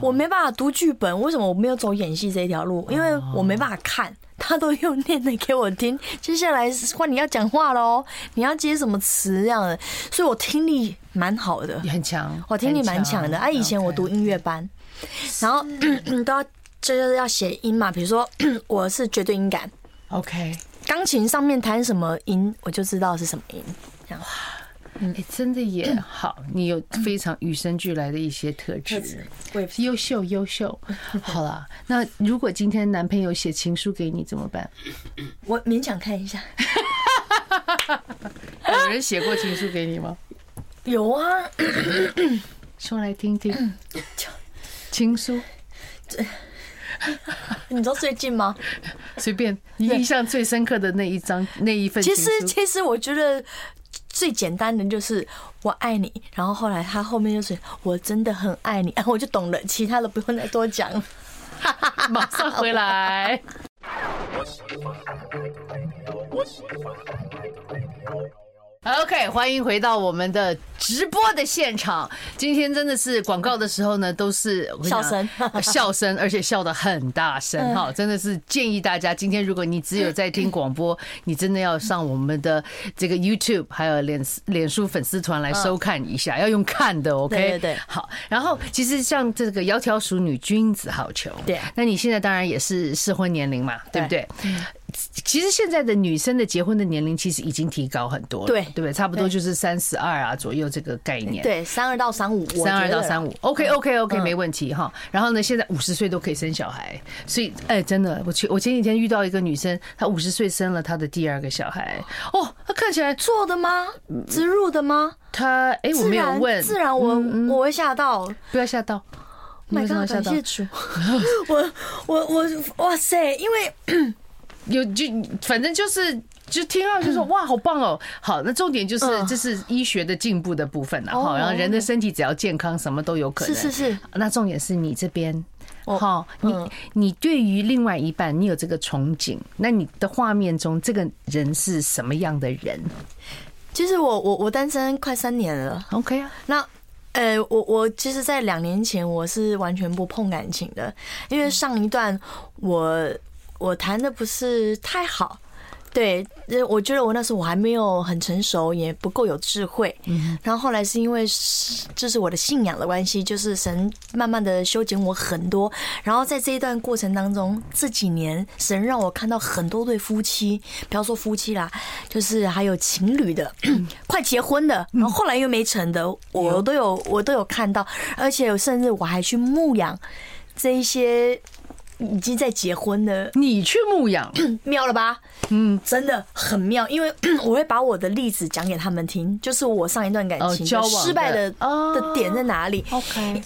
Speaker 2: 我没办法读剧本。为什么我没有走演戏这一条路？因为我没办法看，他都用念的给我听。接下来换你要讲话喽，你要接什么词这样的，所以我听力蛮好的
Speaker 1: 你，很强，
Speaker 2: 我听力蛮强的。啊，以前我读
Speaker 1: OK
Speaker 2: 音乐班，然后 都要就是要写音嘛，比如说 我是绝对音感，
Speaker 1: OK，
Speaker 2: 钢琴上面弹什么音，我就知道是什么音。这样
Speaker 1: 哎，真的也好，你有非常与生俱来的一些特质。
Speaker 2: 我也不
Speaker 1: 优秀，优 秀。好了，那如果今天男朋友写情书给你怎么办？
Speaker 2: 我勉强看一下。
Speaker 1: 有人写过情书给你吗？
Speaker 2: 有啊，
Speaker 1: 说来听听。情书
Speaker 2: 你知道最近吗？
Speaker 1: 随便，你印象最深刻的那一张那一份情
Speaker 2: 其
Speaker 1: 书，
Speaker 2: 实其实我觉得最简单的就是我爱你，然后后来他后面就是我真的很爱你， 我就懂了，其他的不用再多 讲了。
Speaker 1: 马上回来。OK，欢迎回到我们的直播的现场。今天真的是广告的时候呢，都是我跟你讲
Speaker 2: 笑声嗯
Speaker 1: 笑声，而且笑得很大声哈。真的是建议大家，今天如果你只有在听广 播，你真的要上我们的这个 YouTube 还有脸脸书粉丝团来收看一下，要用看的 OK。
Speaker 2: 嗯对对对
Speaker 1: 好。然后其实像这个窈窕淑女，君子好逑。
Speaker 2: 对
Speaker 1: 那你现在当然也是适婚年龄嘛，对不对
Speaker 2: 对？
Speaker 1: 其实现在的女生的结婚的年龄其实已经提高很多了，
Speaker 2: 对
Speaker 1: 对不对？差不多
Speaker 2: 对
Speaker 1: 就是三十二啊左右这个概念，，
Speaker 2: 对，三二到三五，
Speaker 1: 三二到三
Speaker 2: 五，
Speaker 1: 五，OK OK OK，没
Speaker 2: 嗯
Speaker 1: 问题哈。然后呢，现在五十岁都可以生小孩，所以哎，真的，我前我前几天遇到一个女生，她五十岁生了她的第二个小孩，哦，她看起来
Speaker 2: 做的吗？植入的吗？
Speaker 1: 她哎，嗯我
Speaker 2: 自
Speaker 1: 没有
Speaker 2: 然
Speaker 1: 问，
Speaker 2: 自然我
Speaker 1: 嗯嗯
Speaker 2: 我会吓到。
Speaker 1: 不要吓到，你
Speaker 2: My
Speaker 1: 为什么要
Speaker 2: God，
Speaker 1: 吓
Speaker 2: 感
Speaker 1: 到
Speaker 2: 谢？主， 我我我哇塞，因为
Speaker 1: 有就反正就是就听到就说哇好棒哦，好那重点就是
Speaker 2: 嗯
Speaker 1: 这是医学的进步的部分啦，
Speaker 2: 哦
Speaker 1: 哈，然后人的身体只要健康，什么都有可能。
Speaker 2: 是是是，
Speaker 1: 那重点是你这边。
Speaker 2: 我
Speaker 1: 好，你
Speaker 2: 嗯
Speaker 1: 你对于另外一半，你有这个憧憬，那你的画面中这个人是什么样的人
Speaker 2: 其实我我我单身快三年了。
Speaker 1: ？OK 啊，
Speaker 2: 那呃，我我其实，在两年前我是完全不碰感情的，因为上一段我我谈的不是太好。对，呃我觉得我那时候我还没有很成熟，也不够有智慧。然后后来是因为是这是我的信仰的关系，就是神慢慢的修剪我很多。然后在这一段过程当中，这几年神让我看到很多对夫妻，不要说夫妻啦，就是还有情侣的， 快结婚的，然后后来又没成的，我都有我都有看到，而且甚至我还去牧养这一些已经在结婚的
Speaker 1: 你去牧 养，
Speaker 2: 妙了吧？嗯，真的很妙，因为 我会把我的例子讲给他们听，就是我上一段感
Speaker 1: 哦
Speaker 2: 情
Speaker 1: 交
Speaker 2: 的
Speaker 1: 往的
Speaker 2: 失败的
Speaker 1: 哦
Speaker 2: 的点在哪里。
Speaker 1: OK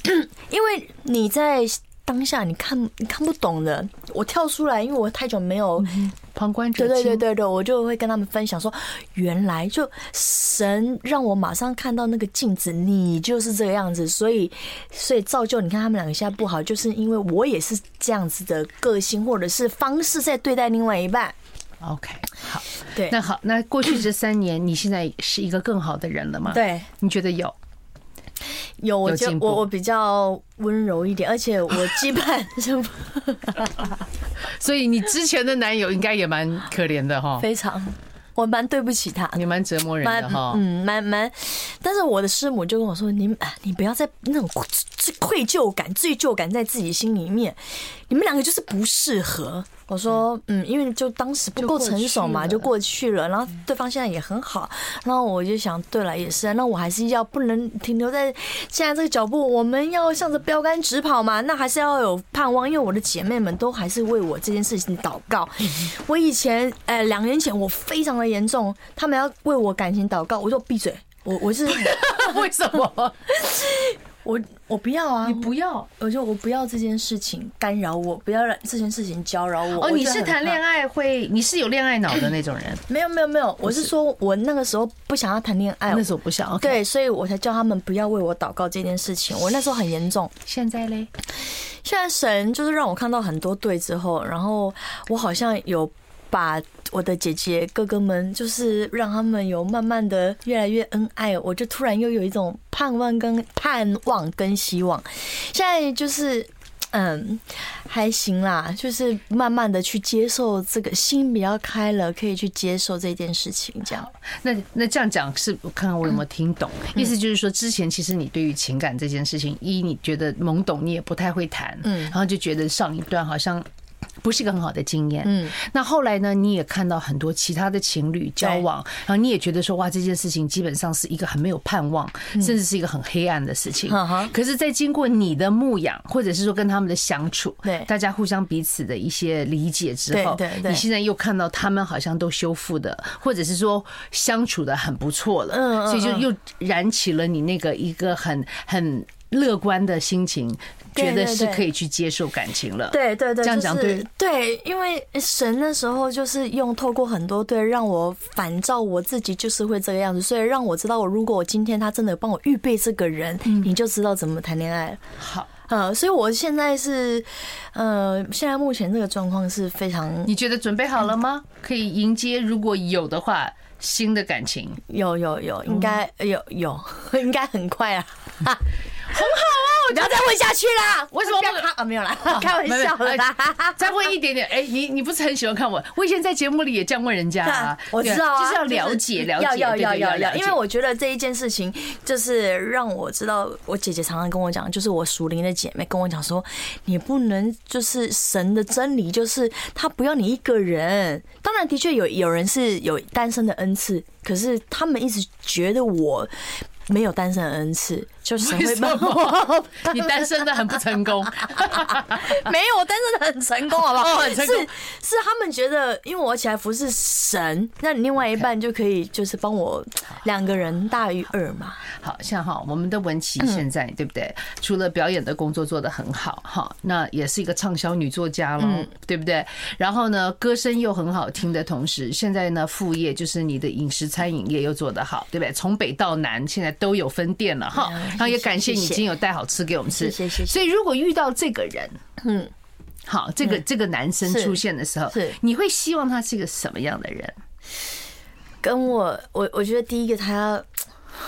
Speaker 2: 因为你在当下你看你看不懂的，我跳出来，因为我太久没
Speaker 1: 嗯
Speaker 2: 有
Speaker 1: 旁观者
Speaker 2: 对对对
Speaker 1: 清，
Speaker 2: 对对，我就会跟他们分享说，原来就神让我马上看到那个镜子，你就是这个样子，所以所以造就你看他们两个现在不好，就是因为我也是这样子的个性或者是方式在对待另外一半。
Speaker 1: OK 好。
Speaker 2: 对
Speaker 1: 那好，那过去这三年，你现在是一个更好的人了吗？，
Speaker 2: 对，
Speaker 1: 你觉得有？
Speaker 2: 有我
Speaker 1: 有
Speaker 2: 就
Speaker 1: 进步
Speaker 2: 我我比较温柔一点，而且我羁绊 是
Speaker 1: 所以你之前的男友应该也蛮可怜的哈，
Speaker 2: 非常，我蛮对不起他的
Speaker 1: 你蛮折磨人
Speaker 2: 蛮
Speaker 1: 的哈。
Speaker 2: 嗯蛮蛮，但是我的师母就跟我说，你啊你不要再那种 愧愧疚感、罪疚感在自己心里面，你们两个就是不适合。我说嗯，因为就当时不够成熟嘛，
Speaker 1: 就
Speaker 2: 就
Speaker 1: 过
Speaker 2: 过去了，然后
Speaker 1: 嗯
Speaker 2: 对方现在也很好，然后我就想，对了，也是啊，那我还是要不能停留在现在这个脚步，我们要向着标杆直跑嘛，那还是要有盼望，因为我的姐妹们都还是为我这件事情祷告。
Speaker 1: 嗯
Speaker 2: 我以前，呃，两年前我非常的严重，他
Speaker 1: 嗯
Speaker 2: 们要为我感情祷告，我就闭嘴。我我是
Speaker 1: 为什么？
Speaker 2: 我我不要啊，
Speaker 1: 你 不要
Speaker 2: 我就我不要这件事情干扰我，不要让这件事情搅扰我。
Speaker 1: 哦，你是谈恋
Speaker 2: 爱？
Speaker 1: 爱会，你是有恋爱脑的那种人，
Speaker 2: 没有没有没有，我是说我那个时候不想要谈恋爱，
Speaker 1: 哎那时候不想。OK，
Speaker 2: 对，所以我才叫他们不要为我祷告这件事情。我那时候很严重，
Speaker 1: 现在嘞，
Speaker 2: 现在神就是让我看到很多对之后，然后我好像有把我的姐姐哥哥们，就是让他们有慢慢的越来越恩爱，我就突然又有一种盼望跟盼望跟希望。现在就是。嗯，还行啦，就是慢慢的去接受这个，心比较开了，可以去接受这件事情，这样。
Speaker 1: 那那这样讲是，我看看我有没有听懂。
Speaker 2: 嗯
Speaker 1: 意思就是说，之前其实你对于情感这件事情，一你觉得懵懂，你也不太会谈，
Speaker 2: 嗯
Speaker 1: 然后就觉得上一段好像不是一个很好的经验，
Speaker 2: 嗯。
Speaker 1: 那后来呢，你也看到很多其他的情侣交往，然后你也觉得说，哇，这件事情基本上是一个很没有盼望，甚至是一个很黑暗的事情
Speaker 2: 嗯哼。
Speaker 1: 可是，在经过你的牧养，或者是说跟他们的相处，
Speaker 2: 对
Speaker 1: 大家互相彼此的一些理解之后，
Speaker 2: 对对对
Speaker 1: 你现在又看到他们好像都修复的，或者是说相处的很不错了，
Speaker 2: 嗯嗯
Speaker 1: 所以就又燃起了你那个一个很很乐观的心情，
Speaker 2: 对
Speaker 1: 觉得是
Speaker 2: 对对
Speaker 1: 可以去接受感情了。
Speaker 2: 对对对，
Speaker 1: 这样讲
Speaker 2: 就是
Speaker 1: 对
Speaker 2: 对，因为神那时候就是用透过很多对让我反照我自己就是会这个样子，所以让我知道我如果我今天他真的帮我预备这个人，你就知道怎么谈恋爱了。
Speaker 1: 好，
Speaker 2: 呃，所以我现在是，呃，现在目前这个状况是非常
Speaker 1: 你觉得准备好了吗？可以迎接，如果有的话，新的感情。
Speaker 2: 有有有，应该有有，应该很快啊，很好啊，我不要再问下去啦，
Speaker 1: 为什么不
Speaker 2: 要看啊？没有啦，开玩
Speaker 1: 没有
Speaker 2: 笑的啦。
Speaker 1: 哎再问一点点，哎，你你不是很喜欢看我？我以前在节目里也这样问人家啊，
Speaker 2: 我
Speaker 1: 对
Speaker 2: 知道啊，
Speaker 1: 就是要了解了
Speaker 2: 要
Speaker 1: 解，
Speaker 2: 要
Speaker 1: 对
Speaker 2: 要
Speaker 1: 对
Speaker 2: 要
Speaker 1: 了
Speaker 2: 要，
Speaker 1: 解
Speaker 2: 因为我觉得这一件事情就是让我知道，我姐姐常常跟我讲，就是我属灵的姐妹跟我讲说，你不能就是神的真理，就是他不要你一个人。当然，的确有有人是有单身的恩赐，可是他们一直觉得我。没有单身的恩赐，就是神
Speaker 1: 为
Speaker 2: 会
Speaker 1: 什
Speaker 2: 帮
Speaker 1: 么
Speaker 2: 我。
Speaker 1: 你单身的很不成功，
Speaker 2: 没有，但是很成功，好不好？
Speaker 1: 哦很成功
Speaker 2: 是是他们觉得，因为我起来服侍神，那你另外一半就可以就是帮我两个人大于二嘛。
Speaker 1: 好像哈，我们的文琪
Speaker 2: 嗯
Speaker 1: 现在、对不对？除了表演的工作做得很好哈，那也是一个畅销女作家了，
Speaker 2: 嗯
Speaker 1: 对不对？然后呢，歌声又很好听的同时，现在呢副业就是你的饮食餐饮业又做得好，对不对？从北到南现在都有分店了哈，
Speaker 2: 哎呀
Speaker 1: 然后也感谢你
Speaker 2: 谢谢
Speaker 1: 今天有带好吃给我们吃，
Speaker 2: 谢谢谢谢
Speaker 1: 所以如果遇到这个人，
Speaker 2: 嗯，
Speaker 1: 好，这个这个男生
Speaker 2: 是
Speaker 1: 出现的时候
Speaker 2: 是，
Speaker 1: 你会希望他是一个什么样的人？
Speaker 2: 跟我我我觉得第一个他要，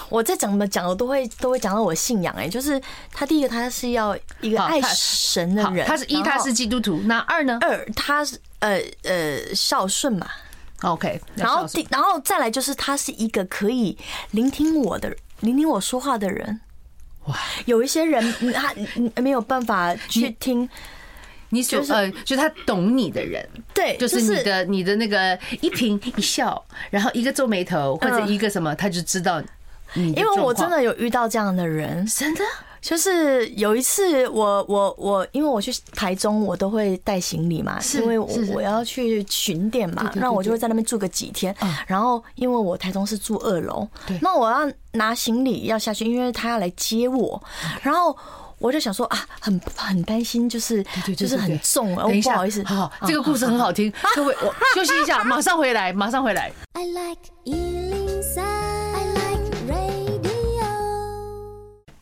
Speaker 2: 我在怎么讲我都会都会讲到我信仰哎、就是他第一个他是要一个
Speaker 1: 好
Speaker 2: 爱
Speaker 1: 他
Speaker 2: 神的
Speaker 1: 好，
Speaker 2: 人，
Speaker 1: 他是一，
Speaker 2: 然
Speaker 1: 他
Speaker 2: 后
Speaker 1: 是基督徒，那二呢
Speaker 2: 二，他是呃呃孝顺嘛，
Speaker 1: ？OK，那
Speaker 2: 然后
Speaker 1: 告诉我
Speaker 2: 第，然后再来就是他是一个可以聆听我的、聆听我说话的人。
Speaker 1: 哇，
Speaker 2: 有一些人 嗯他嗯没有办法去听，
Speaker 1: 你所
Speaker 2: 就是
Speaker 1: 呃，就是他懂你的人，
Speaker 2: 对，
Speaker 1: 就
Speaker 2: 就是
Speaker 1: 你的你的那个一颦一笑，然后一个皱眉头或者
Speaker 2: 嗯
Speaker 1: 一个什么，他就知道你的
Speaker 2: 因为
Speaker 1: 状
Speaker 2: 我
Speaker 1: 况
Speaker 2: 真的有遇到这样的人，
Speaker 1: 真的
Speaker 2: 就是有一次我我我，因为我去台中，我都会带行李嘛，
Speaker 1: 是
Speaker 2: 因为我
Speaker 1: 是是
Speaker 2: 我要去巡店嘛，那我就会在那边住个几天。然后因为我台中是住二楼
Speaker 1: 嗯对，
Speaker 2: 那我要拿行李要下去，因为他要来接我，
Speaker 1: 嗯
Speaker 2: 然后。我就想说啊，很很担心，就是
Speaker 1: 对对
Speaker 2: 就是
Speaker 1: 对对
Speaker 2: 很重，我
Speaker 1: 等一
Speaker 2: 不
Speaker 1: 下，
Speaker 2: 好意思。嗯
Speaker 1: 好，
Speaker 2: 啊
Speaker 1: 这个故事很好听，各位， 我休息一下，马上回来，马上回来。
Speaker 4: I like Ealing Sound. I like radio.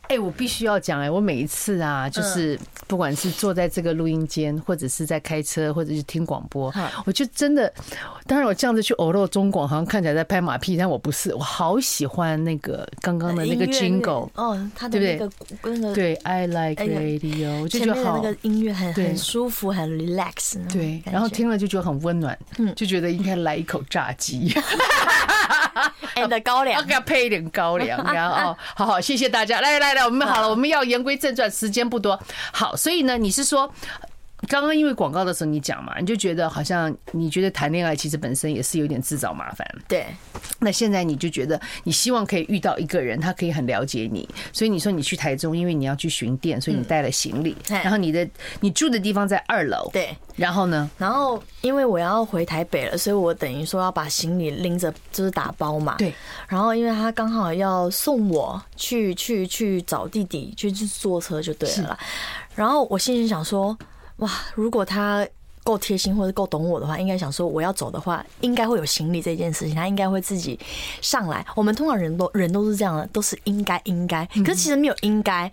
Speaker 1: 哎、我必须要讲哎、我每一次
Speaker 2: 嗯
Speaker 1: 啊，就是不管是坐在这个录音间，或者是在开车，或者是听广播
Speaker 2: 嗯，
Speaker 1: 我就真的，当然我这样子去偶露中广，好像看起来在拍马屁，但我不是，我好喜欢那个刚刚的那个
Speaker 2: 嗯音乐
Speaker 1: jingle，
Speaker 2: 哦，他的
Speaker 1: 对
Speaker 2: 那
Speaker 1: 不
Speaker 2: 个那个
Speaker 1: 对，I like
Speaker 2: 哎呀
Speaker 1: radio，我就
Speaker 2: 前
Speaker 1: 觉
Speaker 2: 面
Speaker 1: 得
Speaker 2: 的那
Speaker 1: 好。
Speaker 2: 个音乐很
Speaker 1: 对
Speaker 2: 很舒服，很 relax 那种
Speaker 1: 对，
Speaker 2: 感
Speaker 1: 然后
Speaker 2: 觉嗯
Speaker 1: 听了就觉得很温暖，就觉得应该来一口炸 鸡，
Speaker 2: and 高
Speaker 1: 要
Speaker 2: 粱
Speaker 1: 给，他配一点高粱，然后哦好好，谢谢大家，来来来，我们好了，我们要言归正传，时间不多，好，所以呢，你是说刚刚因为广告的时候你讲嘛，你就觉得好像你觉得谈恋爱其实本身也是有点自找麻烦。
Speaker 2: 对，
Speaker 1: 那现在你就觉得你希望可以遇到一个人，他可以很了解你，所以你说你去台中，因为你要去巡店，所以你带了行李，
Speaker 2: 嗯
Speaker 1: 然后你的你住的地方在二楼，
Speaker 2: 对，
Speaker 1: 然后呢，
Speaker 2: 嗯然后因为我要回台北了，所以我等于说要把行李拎着，就是打包嘛。
Speaker 1: 对。
Speaker 2: 然后因为他刚好要送我去去去找弟弟，去去坐车就对了啦。然后我心里想说，哇，如果他。够贴心或者够懂我的话，应该想说我要走的话，应该会有行李这件事情，他应该会自己上来。我们通常人都人都是这样的，都是应该应该，可是其实没有应该，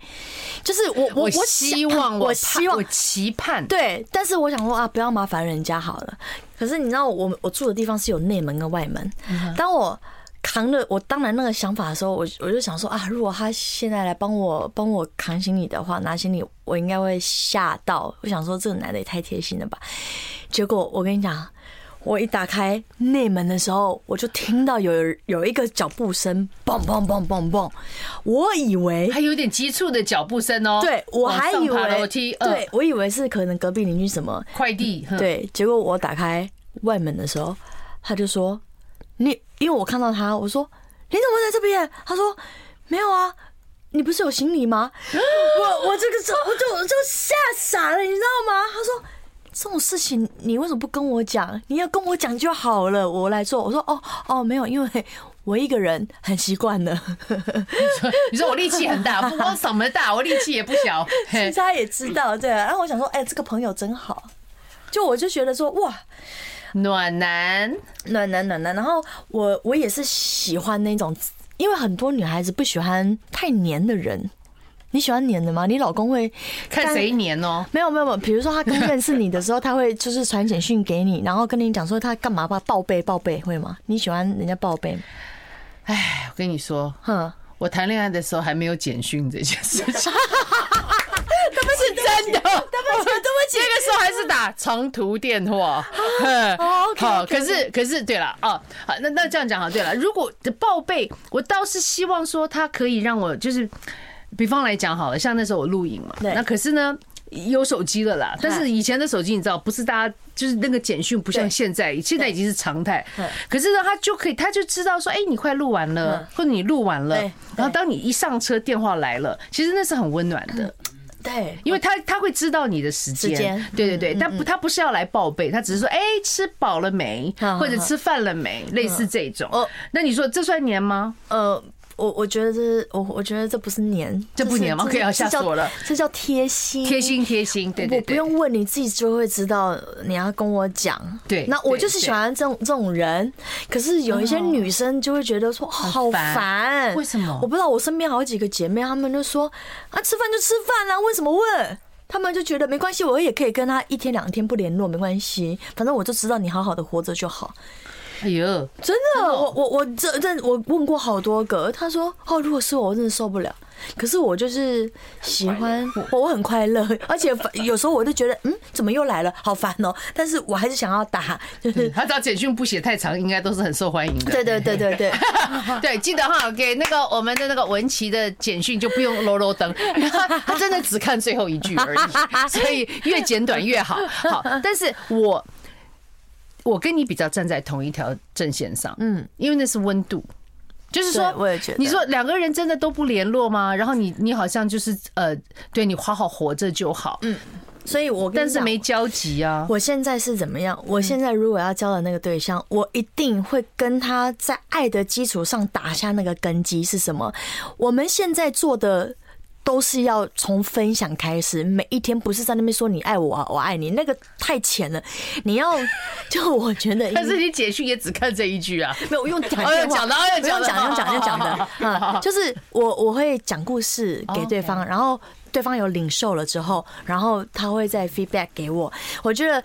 Speaker 2: 就是我我
Speaker 1: 我
Speaker 2: 想
Speaker 1: 希望
Speaker 2: 我
Speaker 1: 盼
Speaker 2: 希望
Speaker 1: 我期盼，
Speaker 2: 对，但是我想说啊，不要麻烦人家好了。可是你知道我，我我住的地方是有内门跟外门。
Speaker 1: 嗯
Speaker 2: 当我扛着我当然那个想法的时候，我我就想说啊，如果他现在来帮我帮我扛行李的话，拿行李我应该会吓到。我想说这个男的也太贴心了吧。结果我跟你讲，我一打开内门的时候，我就听到有有一个脚步声，嘣嘣嘣嘣嘣，我以为
Speaker 1: 还有点急促的脚步声哦，
Speaker 2: 对我还
Speaker 1: 哎
Speaker 2: 以
Speaker 1: 往上爬
Speaker 2: 为
Speaker 1: 楼梯，嗯
Speaker 2: 对我以为是可能隔壁邻居什么。
Speaker 1: 快递，哼，
Speaker 2: 对，结果我打开外门的时候，他就说：“你，因为我看到他，我说你怎么会在这边？”他说：“没有啊，你不是有行李吗？” 我我这个时候我就我就吓傻了，你知道吗？他说。这种事情你为什么不跟我讲？你要跟我讲就好了，我来做。我说哦哦，没有，因为我一个人很习惯了。
Speaker 1: 你说我力气很 大，不光嗓门大，我力气也不小，
Speaker 2: 其
Speaker 1: 嘿
Speaker 2: 实他也知道，对、然后我想说，哎、这个朋友真好。就我就觉得说，哇，
Speaker 1: 暖男，
Speaker 2: 暖男暖男。然后我我也是喜欢那种，因为很多女孩子不喜欢太黏的人。你喜欢黏的吗？你老公会
Speaker 1: 看谁？黏哦，
Speaker 2: 没有没有没有，比如说他刚认识你的时候，他会就是传简讯给你，然后跟你讲说他干嘛吧报备报备，会吗？你喜欢人家报 备吗？
Speaker 1: 哎，我跟你说，
Speaker 2: 哼，
Speaker 1: 我谈恋爱的时候还没有简讯这件 事情。是真的，对不起，对不起，那个时候还是打长途电话。
Speaker 2: 哦，OK，OK，OK
Speaker 1: 好，可是可是对了哦，好，那那这样讲好，对了，如果报备，我倒是希望说他可以让我就是，比方来讲好了，像那时候我录影嘛，
Speaker 2: 对
Speaker 1: 那可是呢。有手机了啦，但是以前的手机你知道，不是大家就是那个简讯，不像
Speaker 2: 对
Speaker 1: 现在，现在已经是常态
Speaker 2: 对。
Speaker 1: 可是呢，他就可以，他就知道说，哎，你快录完了
Speaker 2: 嗯，
Speaker 1: 或者你录完了
Speaker 2: 对，
Speaker 1: 然后
Speaker 2: 对
Speaker 1: 当你一上车，电话来了，其实那是很温暖的。
Speaker 2: 对，
Speaker 1: 因为他他会知道你的时
Speaker 2: 嗯时
Speaker 1: 间
Speaker 2: 间，嗯
Speaker 1: 对对对，但不他不是要来报备，他只是说，哎，吃饱了没，
Speaker 2: 嗯
Speaker 1: 或者吃饭了没，类似这种
Speaker 2: 哦。
Speaker 1: 那你说这算黏吗？
Speaker 2: 呃，我我觉得这是我我觉得这不是黏，
Speaker 1: 这不
Speaker 2: 是
Speaker 1: 黏吗
Speaker 2: 这
Speaker 1: 可以啊
Speaker 2: 这
Speaker 1: 吓死
Speaker 2: 叫
Speaker 1: 我了
Speaker 2: 这叫贴心，
Speaker 1: 贴心贴心，对对
Speaker 2: 嗯我不
Speaker 1: 对，
Speaker 2: 用问，你自己就会知道你要跟我讲。
Speaker 1: 对
Speaker 2: 那我
Speaker 1: 对
Speaker 2: 就是喜欢这种这种人。可是有一些女生就会觉得说哦好
Speaker 1: 哦烦
Speaker 2: 烦，
Speaker 1: 为什么
Speaker 2: 我不知道，我身边好几个姐妹，她们就说啊，吃饭就吃饭啊，为什么问？她们就觉得没关系，我也可以跟她一天两天不联络，没关系，反正我就知道你好好的活着就好。
Speaker 1: 哎呦，
Speaker 2: 真的，我我我这这我问过好多个，他说哦，如果是我，我真的受不了。可是我就是喜欢，我我很快乐， 而且反有时候我就觉得，嗯，怎么又来了，好烦哦。但是我还是想要打，就是
Speaker 1: 他只要简讯不写太长，应该都是很受欢迎的。
Speaker 2: 对对对对对，
Speaker 1: 对，记得哈，给那个我们的那个文琪的简讯就不用啰啰 等，他真的只看最后一句而已，所以越简短越好。好，但是我我跟你比较站在同一条阵线上，嗯，因为那是温度。 就是说
Speaker 2: 对，我也觉得
Speaker 1: 你说两个人真的都不联络吗？然后你你好像就是呃，对你好好活着就好，嗯，
Speaker 2: 所以我跟
Speaker 1: 但
Speaker 2: 你
Speaker 1: 是
Speaker 2: 讲
Speaker 1: 没交集啊。
Speaker 2: 我现在是怎么样？我现在如果要交的那个对象，我一定会跟他在爱的基础上打下那个根基是什么？我们现在做的。都是要从分享开始，每一天不是在那边说你爱我啊，我爱你，那个太浅了。你要就我觉得应该，
Speaker 1: 但是你简讯也只看这一句啊，
Speaker 2: 没有我用讲
Speaker 1: 哦
Speaker 2: 电
Speaker 1: 用
Speaker 2: 话
Speaker 1: 讲的哦用
Speaker 2: 不用
Speaker 1: 讲的
Speaker 2: 讲，用讲用讲
Speaker 1: 好好好哦
Speaker 2: 的啊，就是我我会讲故事给对方，然后对方有领受了之后，然后他会再 feedback 给我。我觉得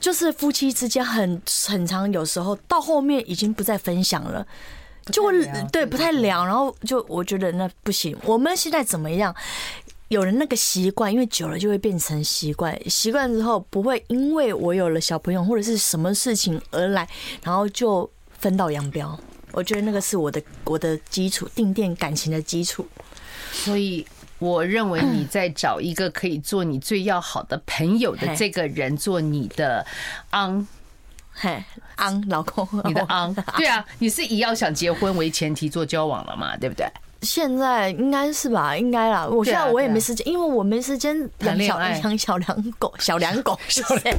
Speaker 2: 就是夫妻之间很很常有时候到后面已经不再分享了。就我
Speaker 1: 聊
Speaker 2: 对不太聊，然后就我觉得那不行。我们现在怎么样？有了那个习惯，因为久了就会变成习惯。习惯之后，不会因为我有了小朋友或者是什么事情而来，然后就分道扬镳。我觉得那个是我的我的基础，定定感情的基础。
Speaker 1: 所以我认为你在找一个可以做你最要好的朋友的这个人做你的昂，
Speaker 2: 嘿，昂，老公，
Speaker 1: 你 的
Speaker 2: 哦
Speaker 1: 昂，对啊，你是以要想结婚为前提做交往了嘛，对不对？
Speaker 2: 现在应该是吧，应该啦。我
Speaker 1: 对
Speaker 2: 现
Speaker 1: 啊
Speaker 2: 在我也
Speaker 1: 对啊
Speaker 2: 没时间，因为我没时间
Speaker 1: 谈
Speaker 2: 养
Speaker 1: 恋
Speaker 2: 小
Speaker 1: 爱
Speaker 2: 养小两 狗，小两狗是谁？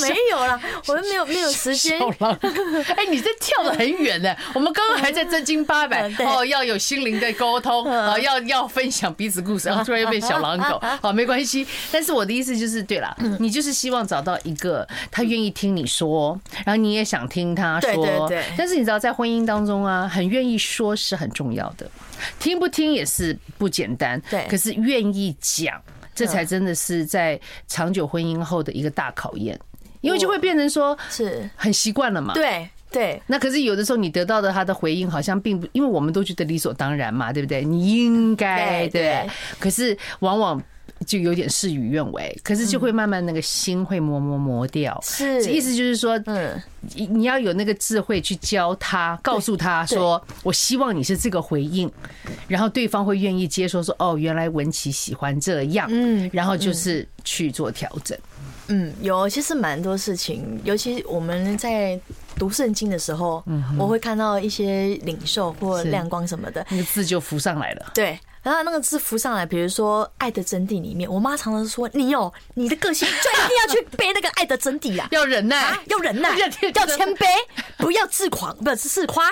Speaker 2: 没有啦，我们没有没有时间。
Speaker 1: 小狼， 哎，你这跳得很远呢。我们刚刚还在正经八百
Speaker 2: 嗯对嗯
Speaker 1: 哦，要有心灵的沟通啊，要要分享彼此故事，然后突然又变小狼狗， 好没关系。但是我的意思就是，对啦，你就是希望找到一个他愿意听你说，然后你也想听他
Speaker 2: 对对
Speaker 1: 说
Speaker 2: 对。
Speaker 1: 但是你知道，在婚姻当中啊，很愿意说是很重要的，听不听也是不简单。
Speaker 2: 对嗯
Speaker 1: 可是愿意讲，这才真的是在长久婚姻后的一个大考验。因为就会变成说，
Speaker 2: 是，
Speaker 1: 很习惯了嘛。。
Speaker 2: 对对，
Speaker 1: 那可是有的时候你得到的他的回应好像并不，因为我们都觉得理所当然嘛，对不对？你应该
Speaker 2: 对对
Speaker 1: 对，可是往往就有点事与愿违，可是就会慢慢那个心会磨磨磨掉。
Speaker 2: 是
Speaker 1: 意思就是说，
Speaker 2: 嗯，
Speaker 1: 你你要有那个智慧去教他，告诉他说，我希望你是这个回应，然后对方会愿意接受说，哦，原来文琪喜欢这样，嗯
Speaker 2: 嗯，
Speaker 1: 然后就是去做调整。
Speaker 2: 嗯，有，其实蛮多事情，尤其我们在读圣经的时候，我会看到一些领袖
Speaker 1: 嗯
Speaker 2: 或
Speaker 1: 是
Speaker 2: 亮光什么的，
Speaker 1: 那个字就浮上来了，
Speaker 2: 对。然后那个字浮上来，比如说《爱的真谛》里面，我妈常常说：“你哦，你的个性就一定要去背那个《爱的真谛》啊，
Speaker 1: 要忍耐
Speaker 2: 啊，，要忍耐，
Speaker 1: 要
Speaker 2: 要
Speaker 1: 天
Speaker 2: 谦卑，不要自狂，不是自 夸。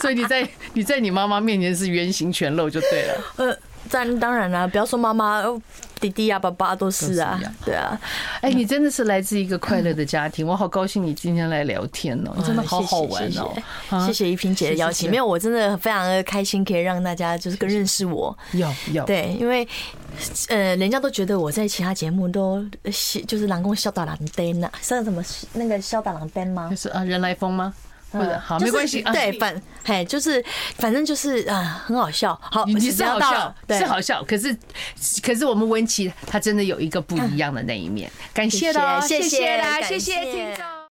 Speaker 1: 所以你在你在你妈妈面前是原形全露就对了。
Speaker 2: 呃，当当然啦、不要说妈妈、呃弟弟啊、爸爸都是
Speaker 1: 都
Speaker 2: 啊
Speaker 1: 是一样，
Speaker 2: 对啊，
Speaker 1: 哎，你真的是来自一个快乐的家庭，我好高兴你今天来聊天哦，真的好好玩哦
Speaker 2: 谢谢。
Speaker 1: 啊
Speaker 2: 啊谢谢怡萍姐的邀
Speaker 1: 谢谢
Speaker 2: 请，没有，我真的非常的开心，可以让大家就是更认识我。
Speaker 1: 有有，
Speaker 2: 对，因为呃，人家都觉得我在其他节目都呃是就是狼公笑打狼灯呐，像什么那个笑打狼灯吗
Speaker 1: 就？是啊，人来疯吗？或者 好，
Speaker 2: 嗯就
Speaker 1: 没
Speaker 2: 是
Speaker 1: 关系啊。
Speaker 2: 对，反嘿，就是反正就是啊，很好笑。好，
Speaker 1: 你你
Speaker 2: 不
Speaker 1: 是
Speaker 2: 要
Speaker 1: 好
Speaker 2: 到
Speaker 1: 笑，
Speaker 2: 对
Speaker 1: 是好笑，可是可是我们文琪她真的有一个不一样的那一面，感谢
Speaker 2: 谢谢
Speaker 1: 啦，
Speaker 2: 谢谢
Speaker 1: 谢啦，
Speaker 2: 感
Speaker 1: 谢谢
Speaker 2: 谢
Speaker 1: 听众。